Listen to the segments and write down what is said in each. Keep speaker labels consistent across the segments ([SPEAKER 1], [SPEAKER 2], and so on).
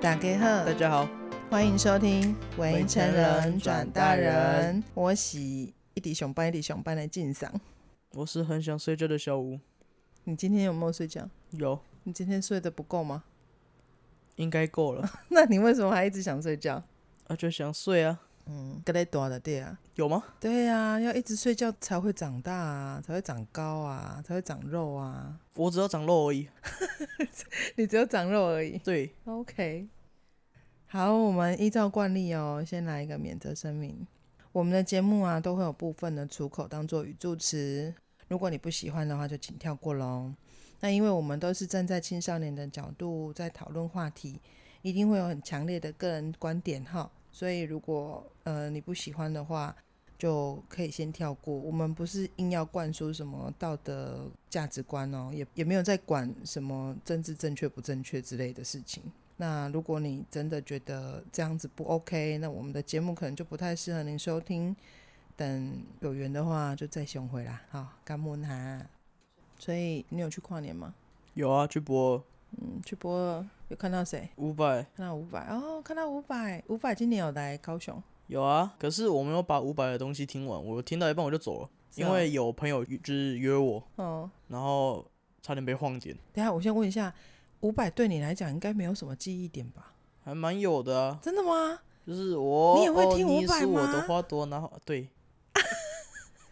[SPEAKER 1] 打给贺
[SPEAKER 2] 大，家好，
[SPEAKER 1] 欢迎收听《围城人转大人》，我是一滴熊班一滴熊班的进赏。
[SPEAKER 2] 我是很想睡觉的小吴。
[SPEAKER 1] 你今天有没有睡觉？
[SPEAKER 2] 有，
[SPEAKER 1] 你今天睡得不够吗？
[SPEAKER 2] 应该够了
[SPEAKER 1] 那你为什么还一直想睡觉？
[SPEAKER 2] 啊，就想睡啊。
[SPEAKER 1] 嗯，格雷多的对啊，
[SPEAKER 2] 有吗？
[SPEAKER 1] 对啊，要一直睡觉才会长大啊，才会长高啊，才会长肉啊。
[SPEAKER 2] 我只要长肉而已。
[SPEAKER 1] 你只有长肉而已。
[SPEAKER 2] 对，
[SPEAKER 1] OK，好，我们依照惯例哦，先来一个免责声明。我们的节目啊，都会有部分的出口当做语助词，如果你不喜欢的话，就请跳过喽。那因为我们都是站在青少年的角度在讨论话题，一定会有很强烈的个人观点哈，所以如果呃你不喜欢的话，就可以先跳过。我们不是硬要灌输什么道德价值观哦，也也没有在管什么政治正确不正确之类的事情。那如果你真的觉得这样子不 OK，那我们的节目可能就不太适合您收听。等有缘的话，就再雄回啦。好，干木哈。所以你有去跨年吗？
[SPEAKER 2] 有啊，去博
[SPEAKER 1] 嗯，去博尔有看到谁？
[SPEAKER 2] 五百，
[SPEAKER 1] 看到伍佰哦，看到伍佰，伍佰今年有来高雄，
[SPEAKER 2] 有啊。可是我没有把五百的东西听完，我听到一半我就走了，
[SPEAKER 1] 是啊
[SPEAKER 2] 因为有朋友就是约我，
[SPEAKER 1] 哦。
[SPEAKER 2] 然后差点被晃点，
[SPEAKER 1] 等一下我先问一下，伍佰对你来讲应该没有什么记忆点吧？
[SPEAKER 2] 还蛮有的啊。
[SPEAKER 1] 真的吗？
[SPEAKER 2] 就是我，
[SPEAKER 1] 你也会
[SPEAKER 2] 哦
[SPEAKER 1] 听
[SPEAKER 2] 你
[SPEAKER 1] 伍佰
[SPEAKER 2] 是我
[SPEAKER 1] 吗
[SPEAKER 2] 的花朵，然后对，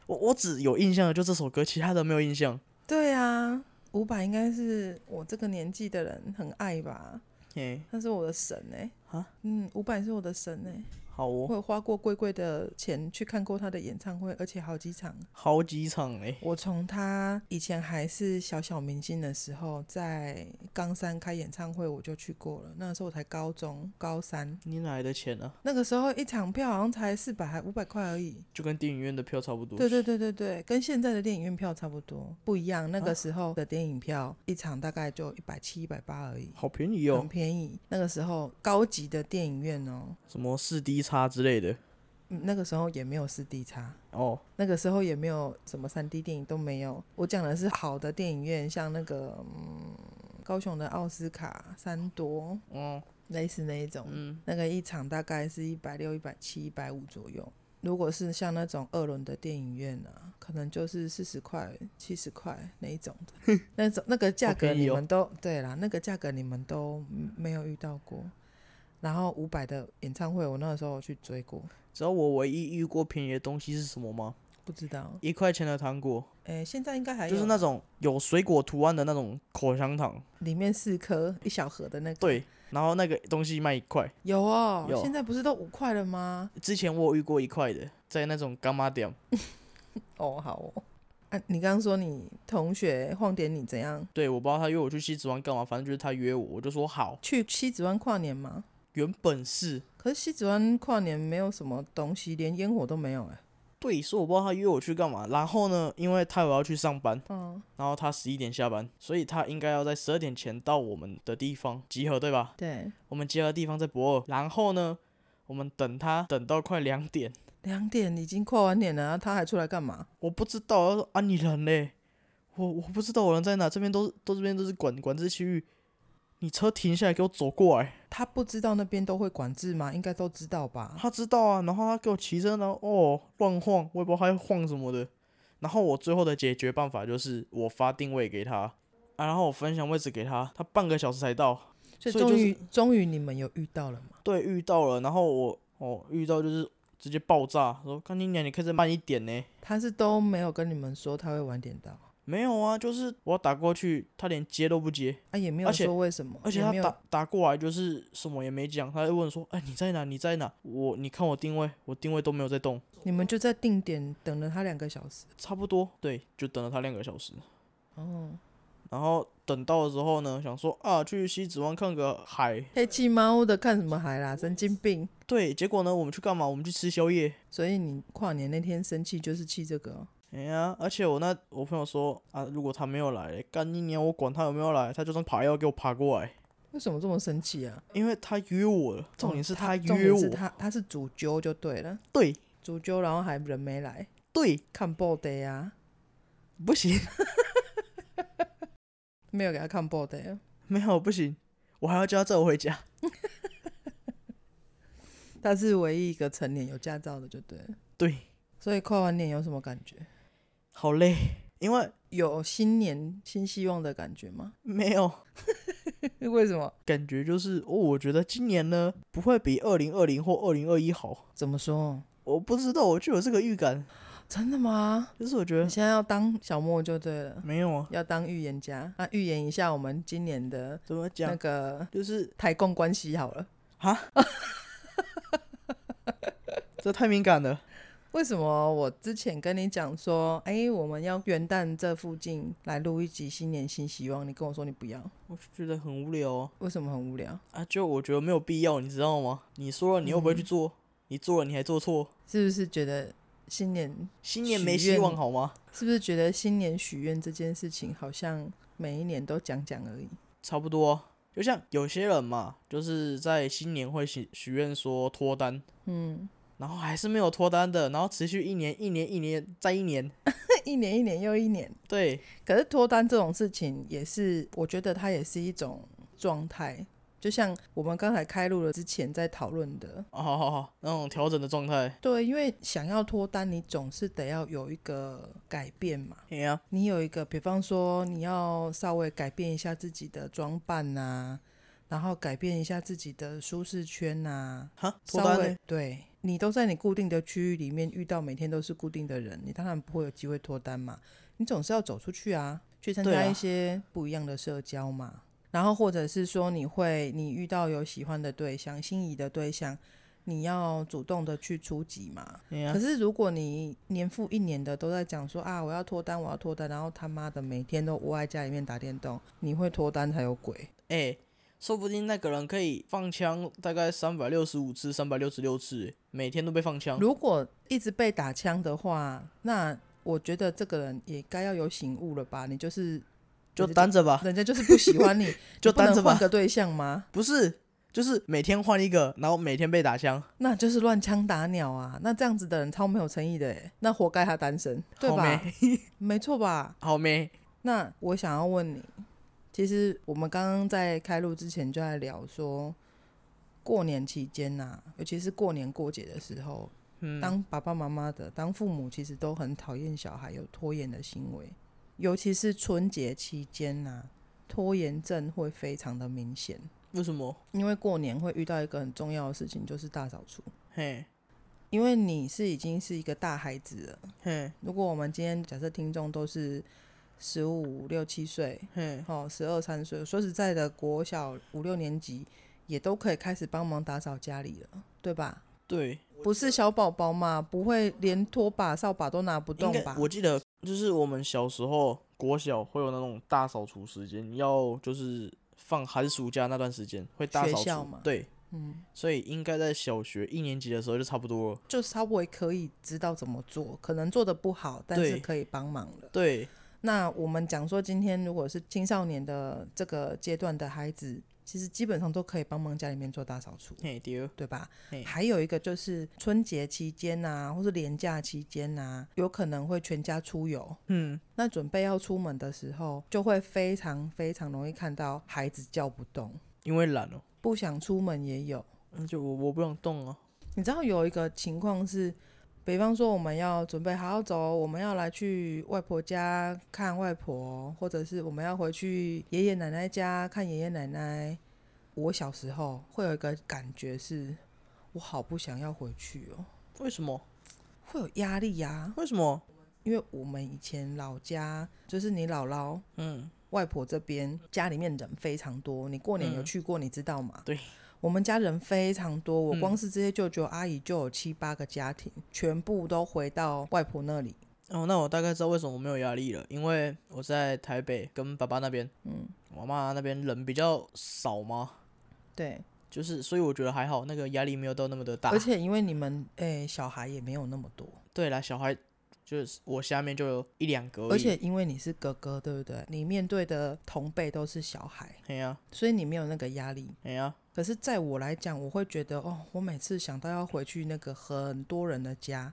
[SPEAKER 2] 我我只有印象的就这首歌，其他的没有印象。
[SPEAKER 1] 对啊，伍佰应该是我这个年纪的人很爱吧？
[SPEAKER 2] 嘿，
[SPEAKER 1] 他是我的神哎、
[SPEAKER 2] 啊
[SPEAKER 1] 嗯，伍佰是我的神哎、
[SPEAKER 2] 好哦，
[SPEAKER 1] 我有花过贵贵的钱去看过他的演唱会，而且好几场。
[SPEAKER 2] 好几场哎、
[SPEAKER 1] 我从他以前还是小小明星的时候，在冈山开演唱会我就去过了，那时候我才高中高三，
[SPEAKER 2] 你哪来的钱啊？
[SPEAKER 1] 那个时候一场票好像才四百还五百块而已。
[SPEAKER 2] 就跟电影院的票差不多。
[SPEAKER 1] 对对对对对，跟现在的电影院票差不多，不一样。那个
[SPEAKER 2] 啊
[SPEAKER 1] 时候的电影票一场大概就一百七、一百八而已，
[SPEAKER 2] 好便宜
[SPEAKER 1] 很
[SPEAKER 2] 哦，
[SPEAKER 1] 便宜。那个时候高级的电影院哦，
[SPEAKER 2] 什么四 D 叉之类的
[SPEAKER 1] 嗯那个时候也没有四 D 差。
[SPEAKER 2] 哦，
[SPEAKER 1] 那个时候也没有什么三 D 电影都没有，我讲的是好的电影院，像那个嗯高雄的奥斯卡、三多，
[SPEAKER 2] 嗯
[SPEAKER 1] 类似那一种，
[SPEAKER 2] 嗯，
[SPEAKER 1] 那个一场大概是一百六、一百七、一百五左右。如果是像那种二轮的电影院啊，可能就是四十块、七十块那一种 的，那种那个价格
[SPEAKER 2] 好便
[SPEAKER 1] 你
[SPEAKER 2] 宜哦
[SPEAKER 1] 们都、对啦，那个价格你们都嗯没有遇到过。然后五百的演唱会，我那个时候有去追过，
[SPEAKER 2] 知道我唯一遇过便宜的东西是什么吗？
[SPEAKER 1] 不知道，
[SPEAKER 2] 一块钱的糖果，
[SPEAKER 1] 诶，现在应该还有
[SPEAKER 2] 就是那种有水果图案的那种口香糖，
[SPEAKER 1] 里面四颗一小盒的那个，，
[SPEAKER 2] 对，然后那个东西卖一块。
[SPEAKER 1] 有哦，
[SPEAKER 2] 有
[SPEAKER 1] 现在不是都五块了吗？
[SPEAKER 2] 之前我有遇过一块的，在那种干妈店，
[SPEAKER 1] 哦，好哦，啊，你刚刚说你同学晃点你怎样？
[SPEAKER 2] 对，我不知道他约我去西子湾干嘛，反正就是他约我，我就说好。
[SPEAKER 1] 去西子湾跨年吗？
[SPEAKER 2] 原本是
[SPEAKER 1] 可是西子湾跨年没有什么东西，连烟火都没有哎、
[SPEAKER 2] 对，所以我不知道他约我去干嘛。然后呢，因为他有要去上班，
[SPEAKER 1] 嗯，
[SPEAKER 2] 然后他十一点下班，所以他应该要在十二点前到我们的地方集合，对吧？
[SPEAKER 1] 对，
[SPEAKER 2] 我们集合的地方在博尔，然后呢，我们等他等到快两点，
[SPEAKER 1] 两点已经跨完年了，然后啊他还出来干嘛？
[SPEAKER 2] 我不知道，他说啊你人嘞，我我不知道我人在哪，这边都是都这边都是管管制区域，你车停下来给我走过来，
[SPEAKER 1] 他不知道那边都会管制吗？应该都知道吧？
[SPEAKER 2] 他知道啊，然后他给我骑车，然后哦乱晃，我也不知道他在晃什么的，然后我最后的解决办法就是我发定位给他。啊，然后我分享位置给他，他半个小时才到，
[SPEAKER 1] 所以
[SPEAKER 2] 所以
[SPEAKER 1] 终
[SPEAKER 2] 就是
[SPEAKER 1] 于终于你们有遇到了嘛？
[SPEAKER 2] 对，遇到了，然后我哦遇到就是直接爆炸，说干你娘，你可以再慢一点呢，
[SPEAKER 1] 他是都没有跟你们说他会晚点到，
[SPEAKER 2] 没有啊，就是我打过去，他连接都不接，
[SPEAKER 1] 啊也没有
[SPEAKER 2] 而且
[SPEAKER 1] 说为什么，
[SPEAKER 2] 而且
[SPEAKER 1] 也
[SPEAKER 2] 他
[SPEAKER 1] 没有
[SPEAKER 2] 打打过来就是什么也没讲，他就问说：“哎，你在哪？你在哪？我你看我定位，我定位都没有在动，
[SPEAKER 1] 你们就在定点等了他两个小时。
[SPEAKER 2] 差不多对，就等了他两个小时。
[SPEAKER 1] 哦，
[SPEAKER 2] 然后等到的时候呢，想说啊，去西子湾看个海，
[SPEAKER 1] 黑漆猫的看什么海啦，神经病！
[SPEAKER 2] 对，结果呢，我们去干嘛？我们去吃宵夜。
[SPEAKER 1] 所以你跨年那天生气就是气这个、哦，
[SPEAKER 2] 哎呀，而且我那我朋友说啊，如果他没有来，干一年我管他有没有来，他就算爬要给我爬过来，
[SPEAKER 1] 为什么这么生气啊？
[SPEAKER 2] 因为他约我了，重点是
[SPEAKER 1] 他重
[SPEAKER 2] 约
[SPEAKER 1] 点
[SPEAKER 2] 我
[SPEAKER 1] 是，他他是主揪就对了，
[SPEAKER 2] 对
[SPEAKER 1] 主揪然后还人没来，
[SPEAKER 2] 对，
[SPEAKER 1] 看 body 啊，
[SPEAKER 2] 不行，
[SPEAKER 1] 没有给他看 body，
[SPEAKER 2] 没有不行，我还要叫他载我回家。
[SPEAKER 1] 他是唯一一个成年有驾照的，就对了。
[SPEAKER 2] 对，
[SPEAKER 1] 所以跨完年有什么感觉？
[SPEAKER 2] 好累，因为
[SPEAKER 1] 有新年新希望的感觉吗？
[SPEAKER 2] 没有
[SPEAKER 1] 为什么？
[SPEAKER 2] 感觉，就是哦，我觉得今年呢不会比二零二零或二零二一好，
[SPEAKER 1] 怎么说？
[SPEAKER 2] 我不知道，我就有这个预感，
[SPEAKER 1] 真的吗？
[SPEAKER 2] 就是我觉
[SPEAKER 1] 你
[SPEAKER 2] 得
[SPEAKER 1] 现在要当小莫就对了，
[SPEAKER 2] 没有啊，
[SPEAKER 1] 要当预言家啊！预言一下我们今年的
[SPEAKER 2] 怎么
[SPEAKER 1] 那
[SPEAKER 2] 讲，
[SPEAKER 1] 个
[SPEAKER 2] 就是
[SPEAKER 1] 台共关系好了。
[SPEAKER 2] 这太敏感了，
[SPEAKER 1] 为什么我之前跟你讲说，哎、我们要元旦这附近来录一集新年新希望，你跟我说你不要，
[SPEAKER 2] 我就觉得很无聊哦、
[SPEAKER 1] 为什么很无聊？
[SPEAKER 2] 啊，就我觉得没有必要，你知道吗？你说了你又不会
[SPEAKER 1] 嗯
[SPEAKER 2] 去做，你做了你还做错，
[SPEAKER 1] 是不是觉得新年
[SPEAKER 2] 新年
[SPEAKER 1] 许
[SPEAKER 2] 没希
[SPEAKER 1] 愿
[SPEAKER 2] 望好吗？
[SPEAKER 1] 是不是觉得新年许愿这件事情好像每一年都讲讲而已？
[SPEAKER 2] 差不多啊。就像有些人嘛，就是在新年会许许愿说脱单，
[SPEAKER 1] 嗯，
[SPEAKER 2] 然后还是没有脱单的，然后持续一年、一年、一年再一年。
[SPEAKER 1] 一年一年又一年。
[SPEAKER 2] 对，
[SPEAKER 1] 可是脱单这种事情也是，我觉得它也是一种状态，就像我们刚才开录了之前在讨论的。
[SPEAKER 2] 哦，好好好，那种调整的状态。
[SPEAKER 1] 对，因为想要脱单，你总是得要有一个改变嘛。
[SPEAKER 2] 哎呀、
[SPEAKER 1] 你有一个，比方说你要稍微改变一下自己的装扮呐、然后改变一下自己的舒适圈呐、
[SPEAKER 2] 哈，脱
[SPEAKER 1] 稍
[SPEAKER 2] 单
[SPEAKER 1] 微
[SPEAKER 2] 呢？
[SPEAKER 1] 对你都在你固定的区域里面遇到每天都是固定的人，你当然不会有机会脱单嘛。你总是要走出去啊，去参
[SPEAKER 2] 对
[SPEAKER 1] 加
[SPEAKER 2] 啊
[SPEAKER 1] 一些不一样的社交嘛。然后或者是说你会你遇到有喜欢的对象、心仪的对象，你要主动的去出击嘛。
[SPEAKER 2] 哎呀、
[SPEAKER 1] 可是如果你年复一年的都在讲说啊我要脱单，我要脱单，然后他妈的每天都窝在家里面打电动，你会脱单才有鬼。
[SPEAKER 2] 哎、说不定那个人可以放枪，大概三百六十五次、三百六十六次欸，每天都被放枪。
[SPEAKER 1] 如果一直被打枪的话，那我觉得这个人也该要有醒悟了吧？你就是
[SPEAKER 2] 就
[SPEAKER 1] 人家
[SPEAKER 2] 单着吧，
[SPEAKER 1] 人家就是不喜 欢你，
[SPEAKER 2] 啊就
[SPEAKER 1] 你不能
[SPEAKER 2] 单着
[SPEAKER 1] 换
[SPEAKER 2] 吧。
[SPEAKER 1] 个对象吗？
[SPEAKER 2] 不是，就是每天换一个，然后每天被打枪，
[SPEAKER 1] 那就是乱枪打鸟啊！那这样子的人超没有诚意的诶，那活该他单身，对
[SPEAKER 2] 好
[SPEAKER 1] 吧？
[SPEAKER 2] 没，
[SPEAKER 1] 没错吧？
[SPEAKER 2] 好没。
[SPEAKER 1] 那我想要问你，其实我们刚刚在开录之前就在聊说，过年期间呐、尤其是过年过节的时候，
[SPEAKER 2] 嗯，
[SPEAKER 1] 当爸爸妈妈的、当父母，其实都很讨厌小孩有拖延的行为，尤其是春节期间呐、拖延症会非常的明显。
[SPEAKER 2] 为什么？
[SPEAKER 1] 因为过年会遇到一个很重要的事情，就是大扫除。
[SPEAKER 2] 嘿，
[SPEAKER 1] 因为你是已经是一个大孩子了，
[SPEAKER 2] 嘿，
[SPEAKER 1] 如果我们今天假设听众都是十五六七岁，
[SPEAKER 2] 嘿，
[SPEAKER 1] 哦，十二三岁，说实在的，国小五六年级也都可以开始帮忙打扫家里了，对吧？
[SPEAKER 2] 对，
[SPEAKER 1] 不是小宝宝嘛，不会连拖把、扫把都拿不
[SPEAKER 2] 应
[SPEAKER 1] 动
[SPEAKER 2] 该
[SPEAKER 1] 吧？
[SPEAKER 2] 我记得就是我们小时候国小会有那种大扫除时间，要就是放寒暑假那段时间会大
[SPEAKER 1] 学
[SPEAKER 2] 扫
[SPEAKER 1] 校
[SPEAKER 2] 除
[SPEAKER 1] 嘛，
[SPEAKER 2] 对，
[SPEAKER 1] 嗯，
[SPEAKER 2] 所以应该在小学一年级的时候就差不多了。
[SPEAKER 1] 就稍微可以知道怎么做，可能做的不好，但是
[SPEAKER 2] 对
[SPEAKER 1] 可以帮忙了。
[SPEAKER 2] 对，
[SPEAKER 1] 那我们讲说，今天如果是青少年的这个阶段的孩子，其实基本上都可以帮忙家里面做大扫除。
[SPEAKER 2] 嘿丢，
[SPEAKER 1] 对哦吧
[SPEAKER 2] 嘿？
[SPEAKER 1] 还有一个就是春节期间呐、或是年假期间呐、有可能会全家出游。
[SPEAKER 2] 嗯，
[SPEAKER 1] 那准备要出门的时候，就会非常非常容易看到孩子叫不动，
[SPEAKER 2] 因为懒哦、
[SPEAKER 1] 不想出门也有。
[SPEAKER 2] 那就我我不想动啊。
[SPEAKER 1] 你知道有一个情况是，比方说我们要准备好好走，我们要来去外婆家看外婆，或者是我们要回去爷爷奶奶家看爷爷奶奶。我小时候会有一个感觉是，我好不想要回去哦，
[SPEAKER 2] 为什么？
[SPEAKER 1] 会有压力呀、
[SPEAKER 2] 为什么？
[SPEAKER 1] 因为我们以前老家就是你姥姥
[SPEAKER 2] 嗯，
[SPEAKER 1] 外婆这边家里面人非常多，你过年有
[SPEAKER 2] 嗯
[SPEAKER 1] 去过，你知道吗？
[SPEAKER 2] 对，
[SPEAKER 1] 我们家人非常多，我
[SPEAKER 2] 嗯
[SPEAKER 1] 光是这些舅舅阿姨就有七八个家庭，全部都回到外婆那里。
[SPEAKER 2] 哦，那我大概知道为什么我没有压力了，因为我在台北跟爸爸那边，嗯，我妈那边人比较少嘛，
[SPEAKER 1] 对，
[SPEAKER 2] 就是所以我觉得还好，那个压力没有到那么的大
[SPEAKER 1] 而。且因为你们诶、小孩也没有那么多，
[SPEAKER 2] 对啦，小孩就是我下面就有一两个已
[SPEAKER 1] 而且因为你是哥哥，对不对？你面对的同辈都是小孩，
[SPEAKER 2] 哎呀
[SPEAKER 1] 所以你没有那个压力。
[SPEAKER 2] 哎呀，
[SPEAKER 1] 可是，在我来讲，我会觉得哦，我每次想到要回去那个很多人的家，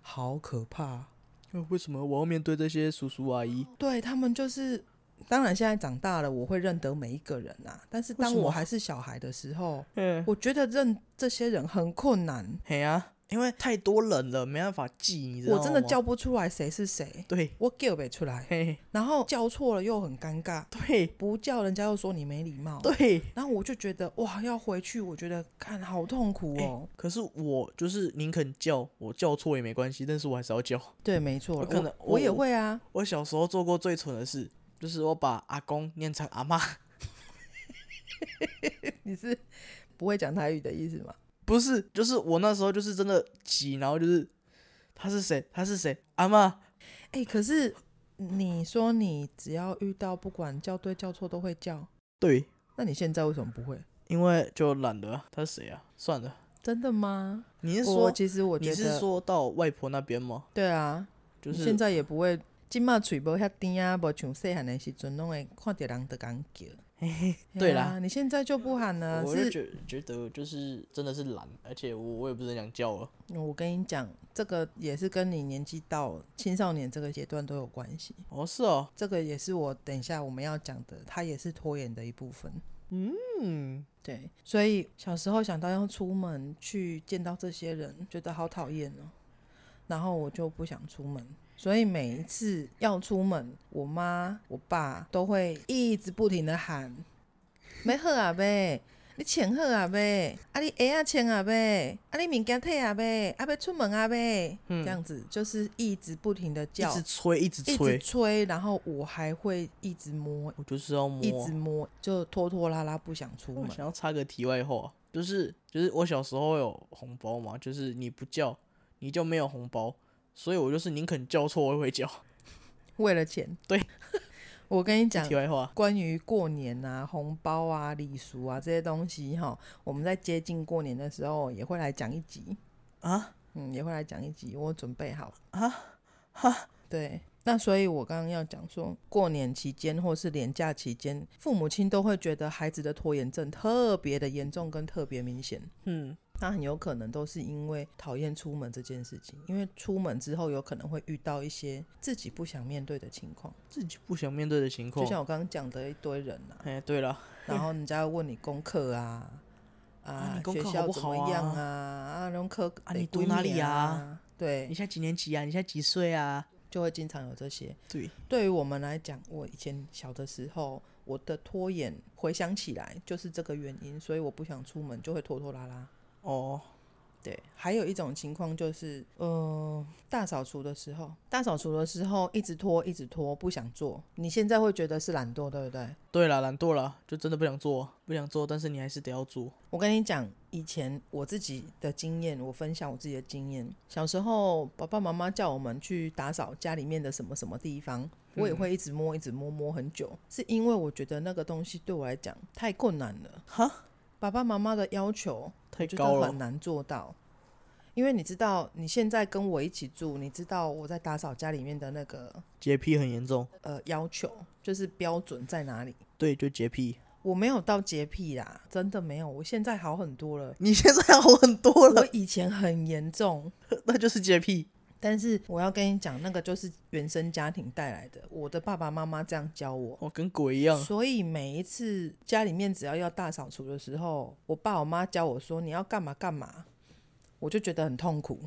[SPEAKER 1] 好可怕。
[SPEAKER 2] 呃为什么我要面对这些叔叔阿姨？
[SPEAKER 1] 对他们就是当然现在长大了，我会认得每一个人啊。但是当
[SPEAKER 2] 为什
[SPEAKER 1] 我
[SPEAKER 2] 么
[SPEAKER 1] 还是小孩的时候，
[SPEAKER 2] 嗯，
[SPEAKER 1] 我觉得认这些人很困难，
[SPEAKER 2] 嘿啊，因为太多人了，没办法记，你知道
[SPEAKER 1] 我
[SPEAKER 2] 吗？
[SPEAKER 1] 真的叫不出来谁是谁，
[SPEAKER 2] 对，
[SPEAKER 1] 我叫不出来，
[SPEAKER 2] 嘿，
[SPEAKER 1] 然后叫错了又很尴尬，
[SPEAKER 2] 对
[SPEAKER 1] 不叫人家又说你没礼貌。
[SPEAKER 2] 对。
[SPEAKER 1] 然后我就觉得哇，要回去，我觉得看好痛苦
[SPEAKER 2] 哎
[SPEAKER 1] 哦。
[SPEAKER 2] 可是我就是宁肯叫，我叫错也没关系，但是我还是要叫。
[SPEAKER 1] 对，没错，
[SPEAKER 2] 我
[SPEAKER 1] 我
[SPEAKER 2] 可能
[SPEAKER 1] 我也
[SPEAKER 2] 我
[SPEAKER 1] 会啊。
[SPEAKER 2] 我小时候做过最蠢的事，就是我把阿公念成阿妈，
[SPEAKER 1] 你是不会讲台语的意思吗？
[SPEAKER 2] 不是，就是我那时候就是真的急，然后就是他是谁，他是谁，阿妈，
[SPEAKER 1] 哎、可是你说你只要遇到不管叫对叫错都会叫，
[SPEAKER 2] 对，
[SPEAKER 1] 那你现在为什么不会？
[SPEAKER 2] 因为就懒得啊，他是谁啊？算了，
[SPEAKER 1] 真的吗？
[SPEAKER 2] 你是
[SPEAKER 1] 我
[SPEAKER 2] 说
[SPEAKER 1] 其实我觉
[SPEAKER 2] 你
[SPEAKER 1] 得
[SPEAKER 2] 是说到外婆那边吗？
[SPEAKER 1] 对啊，
[SPEAKER 2] 就
[SPEAKER 1] 你
[SPEAKER 2] 是
[SPEAKER 1] 现在也不会。今嘛嘴无遐甜啊，无像细汉的时阵，拢会看到人的讲叫。
[SPEAKER 2] 对
[SPEAKER 1] 啊
[SPEAKER 2] 啦
[SPEAKER 1] 你现在就不喊了。，
[SPEAKER 2] 我就是觉觉得就是真的是懒，而且我我也不是很想叫了。
[SPEAKER 1] 我跟你讲，这个也是跟你年纪到青少年这个阶段都有关系。
[SPEAKER 2] 哦，是哦，
[SPEAKER 1] 这个也是我等一下我们要讲的，它也是拖延的一部分。
[SPEAKER 2] 嗯，
[SPEAKER 1] 对，所以小时候想到要出门去见到这些人，觉得好讨厌哦，然后我就不想出门。所以每一次要出门，我妈、我爸都会一直不停的喊：“没好啊呗，你穿好啊呗，啊你鞋啊穿啊呗，啊你物件摕啊呗，啊要出门啊呗。
[SPEAKER 2] 嗯
[SPEAKER 1] 这样子就是一直不停的
[SPEAKER 2] 一
[SPEAKER 1] 叫
[SPEAKER 2] 直，催，一直
[SPEAKER 1] 一
[SPEAKER 2] 催
[SPEAKER 1] 直，催，然后我还会一直摸，
[SPEAKER 2] 我就是要摸。
[SPEAKER 1] 一直摸，就拖拖拉拉不想出
[SPEAKER 2] 我
[SPEAKER 1] 门。
[SPEAKER 2] 想要插个题外话，就是就是我小时候有红包嘛，就是你不叫，你就没有红包，所以我就是宁肯叫错，我也会叫。
[SPEAKER 1] 为了钱。
[SPEAKER 2] 对，
[SPEAKER 1] 我跟你讲
[SPEAKER 2] 题，外话，
[SPEAKER 1] 关于过年啊、红包啊、礼俗啊这些东西哈，我们在接近过年的时候也会来讲一集
[SPEAKER 2] 啊，
[SPEAKER 1] 嗯，也会来讲一集，我准备好
[SPEAKER 2] 啊
[SPEAKER 1] 哈，对。那所以，我刚刚要讲说，过年期间或是年假期间，父母亲都会觉得孩子的拖延症特别的严重跟特别明显。
[SPEAKER 2] 嗯，
[SPEAKER 1] 那很有可能都是因为讨厌出门这件事情，因为出门之后有可能会遇到一些自己不想面对的情况。
[SPEAKER 2] 自己不想面对的情
[SPEAKER 1] 就
[SPEAKER 2] 况。
[SPEAKER 1] 像我刚刚讲的一堆人啊，
[SPEAKER 2] 哎，对了，
[SPEAKER 1] 然后人家会问你功课啊，
[SPEAKER 2] 啊
[SPEAKER 1] 啊
[SPEAKER 2] 你，功
[SPEAKER 1] 学
[SPEAKER 2] 课
[SPEAKER 1] 校
[SPEAKER 2] 好不
[SPEAKER 1] 怎么
[SPEAKER 2] 好
[SPEAKER 1] 样
[SPEAKER 2] 啊
[SPEAKER 1] 啊？啊，功课
[SPEAKER 2] 啊
[SPEAKER 1] 得
[SPEAKER 2] 你读
[SPEAKER 1] 几
[SPEAKER 2] 哪里
[SPEAKER 1] 名
[SPEAKER 2] 啊？你
[SPEAKER 1] 对，
[SPEAKER 2] 现在几年级啊？你现在几岁啊？
[SPEAKER 1] 就会经常有这些。
[SPEAKER 2] 对，
[SPEAKER 1] 对于我们来讲，我以前小的时候，我的拖延，回想起来就是这个原因，所以我不想出门，就会拖拖拉拉。
[SPEAKER 2] 哦，
[SPEAKER 1] 对，还有一种情况就是，呃，大扫除的时候，大扫除的时候一直拖，一直拖，不想做。你现在会觉得是懒惰，对不对？
[SPEAKER 2] 对了，懒惰了，就真的不想做，不想做，但是你还是得要做。
[SPEAKER 1] 我跟你讲，以前我自己的经验，我分享我自己的经验。小时候，爸爸妈妈叫我们去打扫家里面的什么什么地方，我也会一直摸，一直摸，摸很久，是因为我觉得那个东西对我来讲太困难了。
[SPEAKER 2] 哈，
[SPEAKER 1] 爸爸妈妈的要求
[SPEAKER 2] 太
[SPEAKER 1] 我觉
[SPEAKER 2] 高
[SPEAKER 1] 得
[SPEAKER 2] 了
[SPEAKER 1] 很，难做到。因为你知道，你现在跟我一起住，你知道我在打扫家里面的那个
[SPEAKER 2] 洁癖很严重。
[SPEAKER 1] 呃要求，就是标准在哪里？
[SPEAKER 2] 对，就洁癖。
[SPEAKER 1] 我没有到洁癖啦，真的没有，我现在好很多了。
[SPEAKER 2] 你现在好很多了，
[SPEAKER 1] 我以前很严重，
[SPEAKER 2] 那就是洁癖。
[SPEAKER 1] 但是我要跟你讲，那个就是原生家庭带来的，我的爸爸妈妈这样教我。
[SPEAKER 2] 哦，跟鬼一样。
[SPEAKER 1] 所以每一次家里面只要要大扫除的时候，我爸我妈教我说你要干嘛干嘛，我就觉得很痛苦，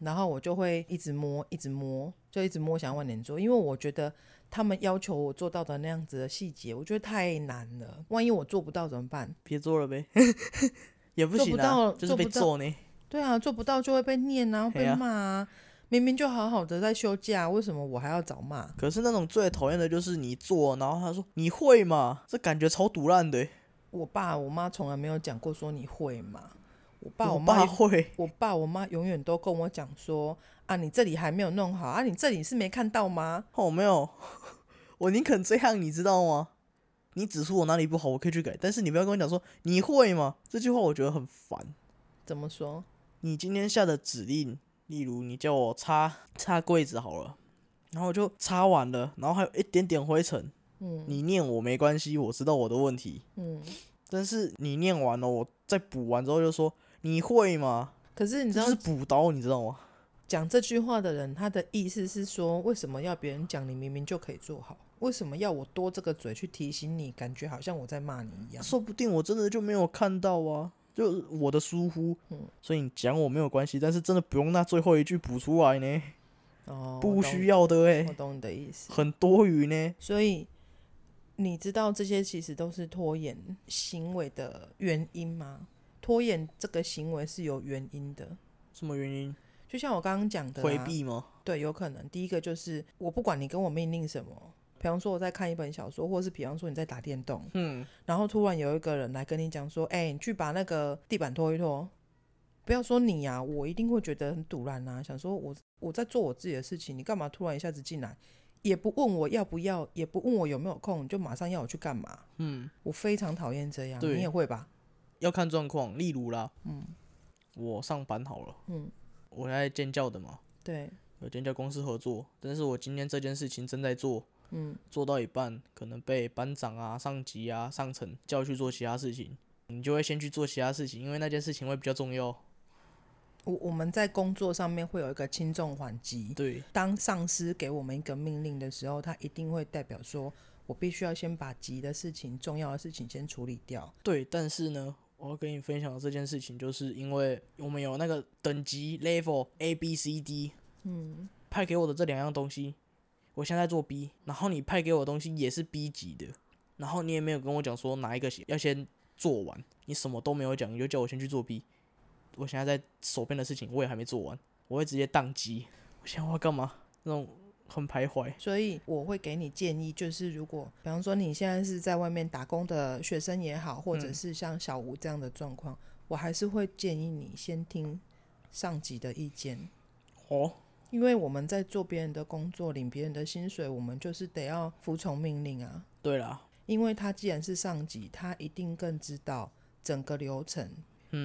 [SPEAKER 1] 然后我就会一直摸，一直摸，就一直摸，想要晚点做，因为我觉得他们要求我做到的那样子的细节，我觉得太难了，万一我做不到怎么办？
[SPEAKER 2] 别做了呗， 也不
[SPEAKER 1] 做
[SPEAKER 2] 行
[SPEAKER 1] 不
[SPEAKER 2] 啊
[SPEAKER 1] 到，
[SPEAKER 2] 就是
[SPEAKER 1] 做
[SPEAKER 2] 被
[SPEAKER 1] 不到
[SPEAKER 2] 揍呢。
[SPEAKER 1] 对啊，做不到就会被念啊，
[SPEAKER 2] 嘿
[SPEAKER 1] 被
[SPEAKER 2] 啊
[SPEAKER 1] 骂啊。明明就好好的在休假，为什么我还要找骂？
[SPEAKER 2] 可是那种最讨厌的就是你做，然后他说你会嘛，这感觉超毒烂的欸。
[SPEAKER 1] 我爸我妈从来没有讲过说你会嘛。我爸
[SPEAKER 2] 我
[SPEAKER 1] 我妈
[SPEAKER 2] 爸，会，
[SPEAKER 1] 我爸我妈永远都跟我讲说啊，你这里还没有弄好啊，你这里是没看到吗？
[SPEAKER 2] 哦没有， 我宁肯这样，你知道吗？你指出我哪里不好，我可以去改，但是你不要跟我讲说你会嘛，这句话我觉得很烦。
[SPEAKER 1] 怎么说？
[SPEAKER 2] 你今天下的指令，例如你叫我擦擦柜子好了，然后我就擦完了，然后还有一点点灰尘，
[SPEAKER 1] 嗯
[SPEAKER 2] 你念我没关系，我知道我的问题，
[SPEAKER 1] 嗯。
[SPEAKER 2] 但是你念完了，我再补完之后就说你会吗？
[SPEAKER 1] 可是你知
[SPEAKER 2] 这
[SPEAKER 1] 道
[SPEAKER 2] 就，是补刀，你知道吗？
[SPEAKER 1] 讲这句话的人，他的意思是说，为什么要别人讲你明明就可以做好？为什么要我多这个嘴去提醒你？感觉好像我在骂你一样。
[SPEAKER 2] 说不定我真的就没有看到啊，就我的疏忽，
[SPEAKER 1] 嗯
[SPEAKER 2] 所以你讲我没有关系，但是真的不用那最后一句补出来呢，
[SPEAKER 1] 哦，
[SPEAKER 2] 不需
[SPEAKER 1] 要。
[SPEAKER 2] 要的哎、
[SPEAKER 1] 我懂你的意思。
[SPEAKER 2] 很多余呢。
[SPEAKER 1] 所以你知道这些其实都是拖延行为的原因吗？拖延这个行为是有原因的，
[SPEAKER 2] 什么原因？
[SPEAKER 1] 就像我刚刚讲的、啊，
[SPEAKER 2] 回避吗？
[SPEAKER 1] 对，有可能。第一个就是我不管你跟我命令什么，比方说我在看一本小说，或是比方说你在打电动，
[SPEAKER 2] 嗯，
[SPEAKER 1] 然后突然有一个人来跟你讲说：“哎、你去把那个地板拖一拖。”不要说你呀、我一定会觉得很堵然啊，想说我我在做我自己的事情，你干嘛突然一下子进来，也不问我要不要，也不问我有没有空，你就马上要我去干嘛？
[SPEAKER 2] 嗯，
[SPEAKER 1] 我非常讨厌这样，
[SPEAKER 2] 对
[SPEAKER 1] 你也会吧？
[SPEAKER 2] 要看状况。例如啦，嗯，我上班好了，
[SPEAKER 1] 嗯，
[SPEAKER 2] 我在尖叫的嘛，
[SPEAKER 1] 对，
[SPEAKER 2] 有尖叫公司合作，但是我今天这件事情正在做，
[SPEAKER 1] 嗯，
[SPEAKER 2] 做到一半，可能被班长啊、上级啊、上层叫去做其他事情，你就会先去做其他事情，因为那件事情会比较重要。
[SPEAKER 1] 我我们在工作上面会有一个轻重缓急，
[SPEAKER 2] 对，
[SPEAKER 1] 当上司给我们一个命令的时候，他一定会代表说，我必须要先把急的事情、重要的事情先处理掉。
[SPEAKER 2] 对，但是呢，我要跟你分享的这件事情，就是因为我们有那个等级 level A B C D，
[SPEAKER 1] 嗯，
[SPEAKER 2] 派给我的这两样东西，我现在在做 B，然后你派给我的东西也是 B 级的，然后你也没有跟我讲说哪一个要先做完，你什么都没有讲，你就叫我先去做 B，我现在在手边的事情我也还没做完，我会直接宕机，我现在我要干嘛？那种很徘徊，
[SPEAKER 1] 所以我会给你建议，就是如果比方说你现在是在外面打工的学生也好，或者
[SPEAKER 2] 嗯
[SPEAKER 1] 是像小吴这样的状况，我还是会建议你先听上级的意见，
[SPEAKER 2] 哦，
[SPEAKER 1] 因为我们在做别人的工作、领别人的薪水，我们就是得要服从命令啊。
[SPEAKER 2] 对啦，
[SPEAKER 1] 因为他既然是上级，他一定更知道整个流程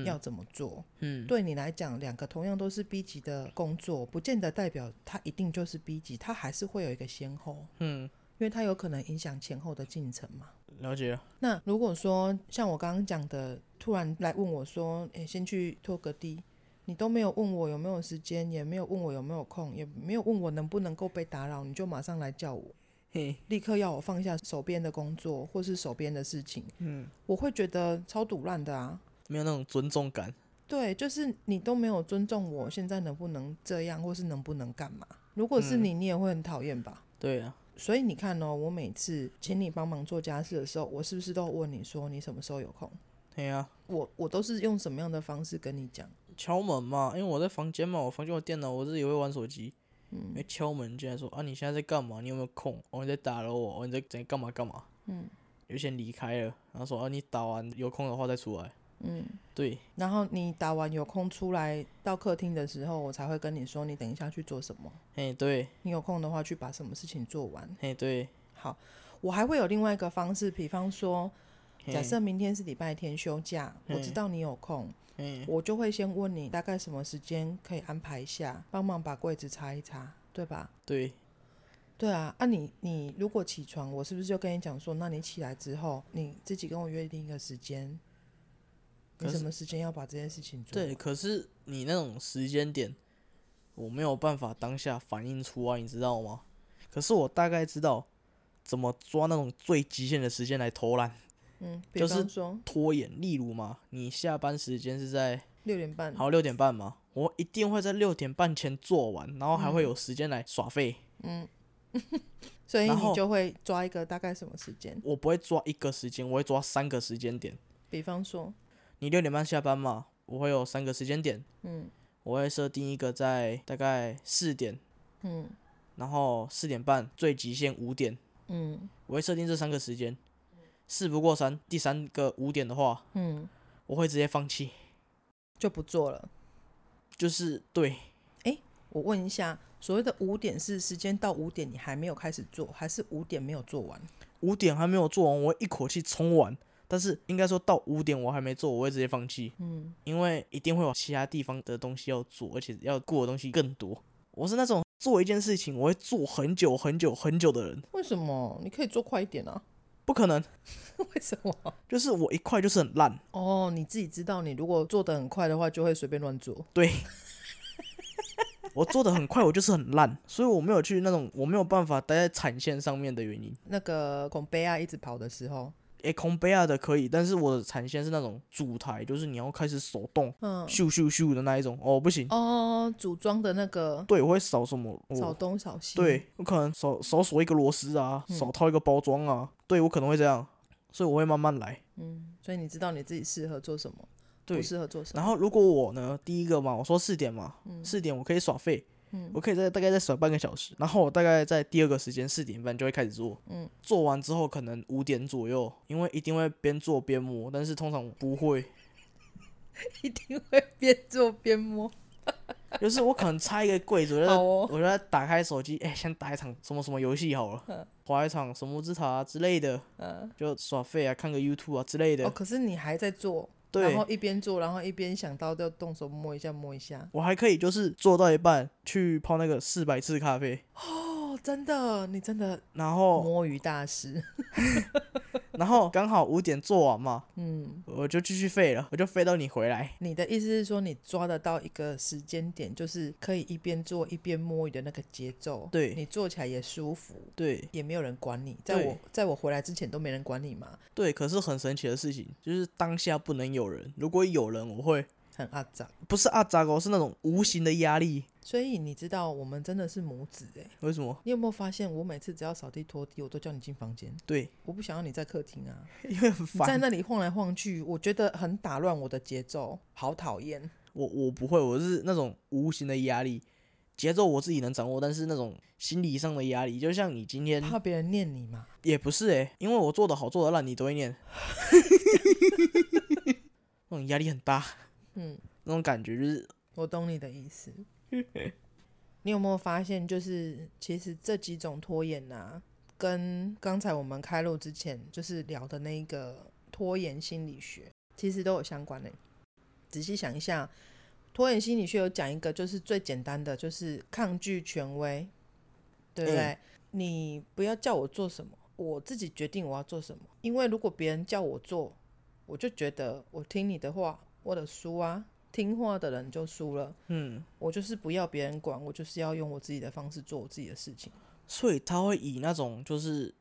[SPEAKER 1] 要怎么做。
[SPEAKER 2] 嗯，
[SPEAKER 1] 对你来讲，两个同样都是 B 级的工作，不见得代表它一定就是 B 级，它还是会有一个先后，
[SPEAKER 2] 嗯，
[SPEAKER 1] 因为它有可能影响前后的进程嘛。
[SPEAKER 2] 了解，
[SPEAKER 1] 那如果说像我刚刚讲的，突然来问我说：“诶，先去拖个地。”你都没有问我有没有时间，也没有问我有没有空，也没有问我能不能够被打扰，你就马上来叫我，
[SPEAKER 2] 嘿，
[SPEAKER 1] 立刻要我放下手边的工作或是手边的事情，
[SPEAKER 2] 嗯，
[SPEAKER 1] 我会觉得超堵烂的啊。
[SPEAKER 2] 没有那种尊重感，
[SPEAKER 1] 对，就是你都没有尊重我，现在能不能这样，或是能不能干嘛？如果是你，你也会很讨厌吧？
[SPEAKER 2] 对啊，
[SPEAKER 1] 所以你看哦，我每次请你帮忙做家事的时候，我是不是都问你说你什么时候有空？
[SPEAKER 2] 嘿啊，
[SPEAKER 1] 我我都是用什么样的方式跟你讲？
[SPEAKER 2] 敲门嘛，因为我在房间嘛，我房间有电脑，我自己会玩手机。嗯，因为敲门进来说啊，你现在在干嘛？你有没有空？哦，你在打扰我，哦，你在在干嘛干嘛？
[SPEAKER 1] 嗯，
[SPEAKER 2] 就先离开了，然后说啊，你打完有空的话再出来。
[SPEAKER 1] 嗯，
[SPEAKER 2] 对，
[SPEAKER 1] 然后你打完有空出来到客厅的时候，我才会跟你说你等一下去做什么。
[SPEAKER 2] 嘿对，
[SPEAKER 1] 你有空的话去把什么事情做完。
[SPEAKER 2] 嘿对，
[SPEAKER 1] 好，我还会有另外一个方式，比方说，
[SPEAKER 2] 嘿
[SPEAKER 1] 假设明天是礼拜天休假，我知
[SPEAKER 2] 嗯
[SPEAKER 1] 道你有空，
[SPEAKER 2] 嘿
[SPEAKER 1] 我就会先问你大概什么时间可以安排一下，帮忙把柜子擦一擦，对吧？
[SPEAKER 2] 对，
[SPEAKER 1] 对啊，啊你你如果起床，我是不是就跟你讲说，那你起来之后，你自己跟我约定一个时间，你
[SPEAKER 2] 可是
[SPEAKER 1] 什么时间要把这件事情做完？
[SPEAKER 2] 对，可是你那种时间点，我没有办法当下反应出来，你知道吗？可是我大概知道怎么抓那种最极限的时间来偷懒
[SPEAKER 1] 嗯，比
[SPEAKER 2] 就是
[SPEAKER 1] 方说
[SPEAKER 2] 拖延。例如嘛，你下班时间是在
[SPEAKER 1] 六点半，
[SPEAKER 2] 好，六点半嘛，我一定会在六点半前做完，然后还会
[SPEAKER 1] 嗯
[SPEAKER 2] 有时间来耍废。
[SPEAKER 1] 所以
[SPEAKER 2] 然
[SPEAKER 1] 你
[SPEAKER 2] 后
[SPEAKER 1] 就会抓一个大概什么时间？
[SPEAKER 2] 我不会抓一个时间，我会抓三个时间点。
[SPEAKER 1] 比方说，
[SPEAKER 2] 你六点半下班嘛，我会有三个时间点，
[SPEAKER 1] 嗯
[SPEAKER 2] 我会设定一个在大概四点，
[SPEAKER 1] 嗯
[SPEAKER 2] 然后四点半最极限五点，
[SPEAKER 1] 嗯
[SPEAKER 2] 我会设定这三个时间。事不过三，第三个五点的话，
[SPEAKER 1] 嗯，
[SPEAKER 2] 我会直接放弃。
[SPEAKER 1] 就不做了。
[SPEAKER 2] 就是对，
[SPEAKER 1] 我问一下，所谓的五点是时间到五点你还没有开始做，还是五点没有做完？
[SPEAKER 2] 五点还没有做完，我会一口气冲完。但是应该说到五点我还没做，我会直接放弃。
[SPEAKER 1] 嗯，
[SPEAKER 2] 因为一定会有其他地方的东西要做，而且要过的东西更多。我是那种做一件事情我会做很久很久很久的人，
[SPEAKER 1] 为什么？你可以做快一点啊？
[SPEAKER 2] 不可能，
[SPEAKER 1] 为什么？
[SPEAKER 2] 就是我一块就是很烂，
[SPEAKER 1] 哦，你自己知道，你如果做的很快的话，就会随便乱做。
[SPEAKER 2] 对， 我做的很快，我就是很烂，所以我没有去那种我没有办法待在产线上面的原因。
[SPEAKER 1] 那个孔贝亚一直跑的时候，
[SPEAKER 2] 诶，孔贝亚的可以，但是我的产线是那种主台，就是你要开始手动
[SPEAKER 1] 嗯，
[SPEAKER 2] 咻咻咻的那一种，哦不行，
[SPEAKER 1] 哦，组装的那个
[SPEAKER 2] 对，我会少什么？我
[SPEAKER 1] 少东少西，，
[SPEAKER 2] 对我可能少少锁一个螺丝啊，
[SPEAKER 1] 嗯
[SPEAKER 2] 少套一个包装啊，对我可能会这样，所以我会慢慢来。
[SPEAKER 1] 嗯，所以你知道你自己适合做什么，
[SPEAKER 2] 对
[SPEAKER 1] 不，适合做什么。
[SPEAKER 2] 然后如果我呢，第一个嘛，我说四点嘛，四、点我可以耍废，
[SPEAKER 1] 嗯
[SPEAKER 2] 我可以在大概再耍半个小时，然后我大概在第二个时间四点半就会开始做，
[SPEAKER 1] 嗯，
[SPEAKER 2] 做完之后可能五点左右，因为一定会边做边摸，但是通常我不会，
[SPEAKER 1] 一定会边做边摸。
[SPEAKER 2] 就是我可能拆一个柜子，我就在
[SPEAKER 1] 好哦
[SPEAKER 2] 我就在打开手机，哎、先打一场什么什么游戏好 了，玩一场神木之塔、啊、之类的，
[SPEAKER 1] 嗯，
[SPEAKER 2] 就耍废啊，看个 YouTube 啊之类的，
[SPEAKER 1] 哦，可是你还在做，然
[SPEAKER 2] 对
[SPEAKER 1] 后。一边做，然后一边想到就动手摸一下摸一下。
[SPEAKER 2] 我还可以就是做到一半去泡那个四百次咖啡，
[SPEAKER 1] 哦，真的，你真的
[SPEAKER 2] 然后
[SPEAKER 1] 摸鱼大师。
[SPEAKER 2] 然后刚好五点做完嘛，
[SPEAKER 1] 嗯，
[SPEAKER 2] 我就继续废了，我就废到你回来。
[SPEAKER 1] 你的意思是说你抓得到一个时间点，就是可以一边做一边摸鱼的那个节奏，
[SPEAKER 2] 对
[SPEAKER 1] 你做起来也舒服。
[SPEAKER 2] 对
[SPEAKER 1] 也没有人管你，在
[SPEAKER 2] 对
[SPEAKER 1] 我在我回来之前都没人管你嘛，
[SPEAKER 2] 对，可是很神奇的事情就是当下不能有人，如果有人，我会
[SPEAKER 1] 很阿杂。
[SPEAKER 2] 不是阿扎狗，是那种无形的压力。
[SPEAKER 1] 所以你知道我们真的是母子哎、
[SPEAKER 2] 为什么？
[SPEAKER 1] 你有没有发现我每次只要扫地拖地，我都叫你进房间，
[SPEAKER 2] 对，
[SPEAKER 1] 我不想要你在客厅啊，
[SPEAKER 2] 因为很
[SPEAKER 1] 你在
[SPEAKER 2] 烦。
[SPEAKER 1] 那里晃来晃去，我觉得很打乱我的节奏，好讨厌。
[SPEAKER 2] 我我不会，我是那种无形的压力，节奏我自己能掌握，但是那种心理上的压力，就像你今天
[SPEAKER 1] 怕别人念你嘛？
[SPEAKER 2] 也不是诶、欸因为我做的好做的烂，你都 会念，那种压力很大，
[SPEAKER 1] 嗯，
[SPEAKER 2] 那种感觉就是
[SPEAKER 1] 我懂你的意思。 你有没有发现，就是其实这几种拖延啊，跟刚才我们开录之前就是聊的那个拖延心理学，其实都有相关的、仔细想一下，拖延心理学有讲一个，就是最简单的，就是抗拒权威，对不对？你不要叫我做什么，我自己决定我要做什么。因为如果别人叫我做，我就觉得我听你的话，我的输啊，听话的人就输了。
[SPEAKER 2] 嗯，
[SPEAKER 1] 我就是不要别人管，我就是要用我自己的方式做我自己的事情。
[SPEAKER 2] 所以他会以那种就是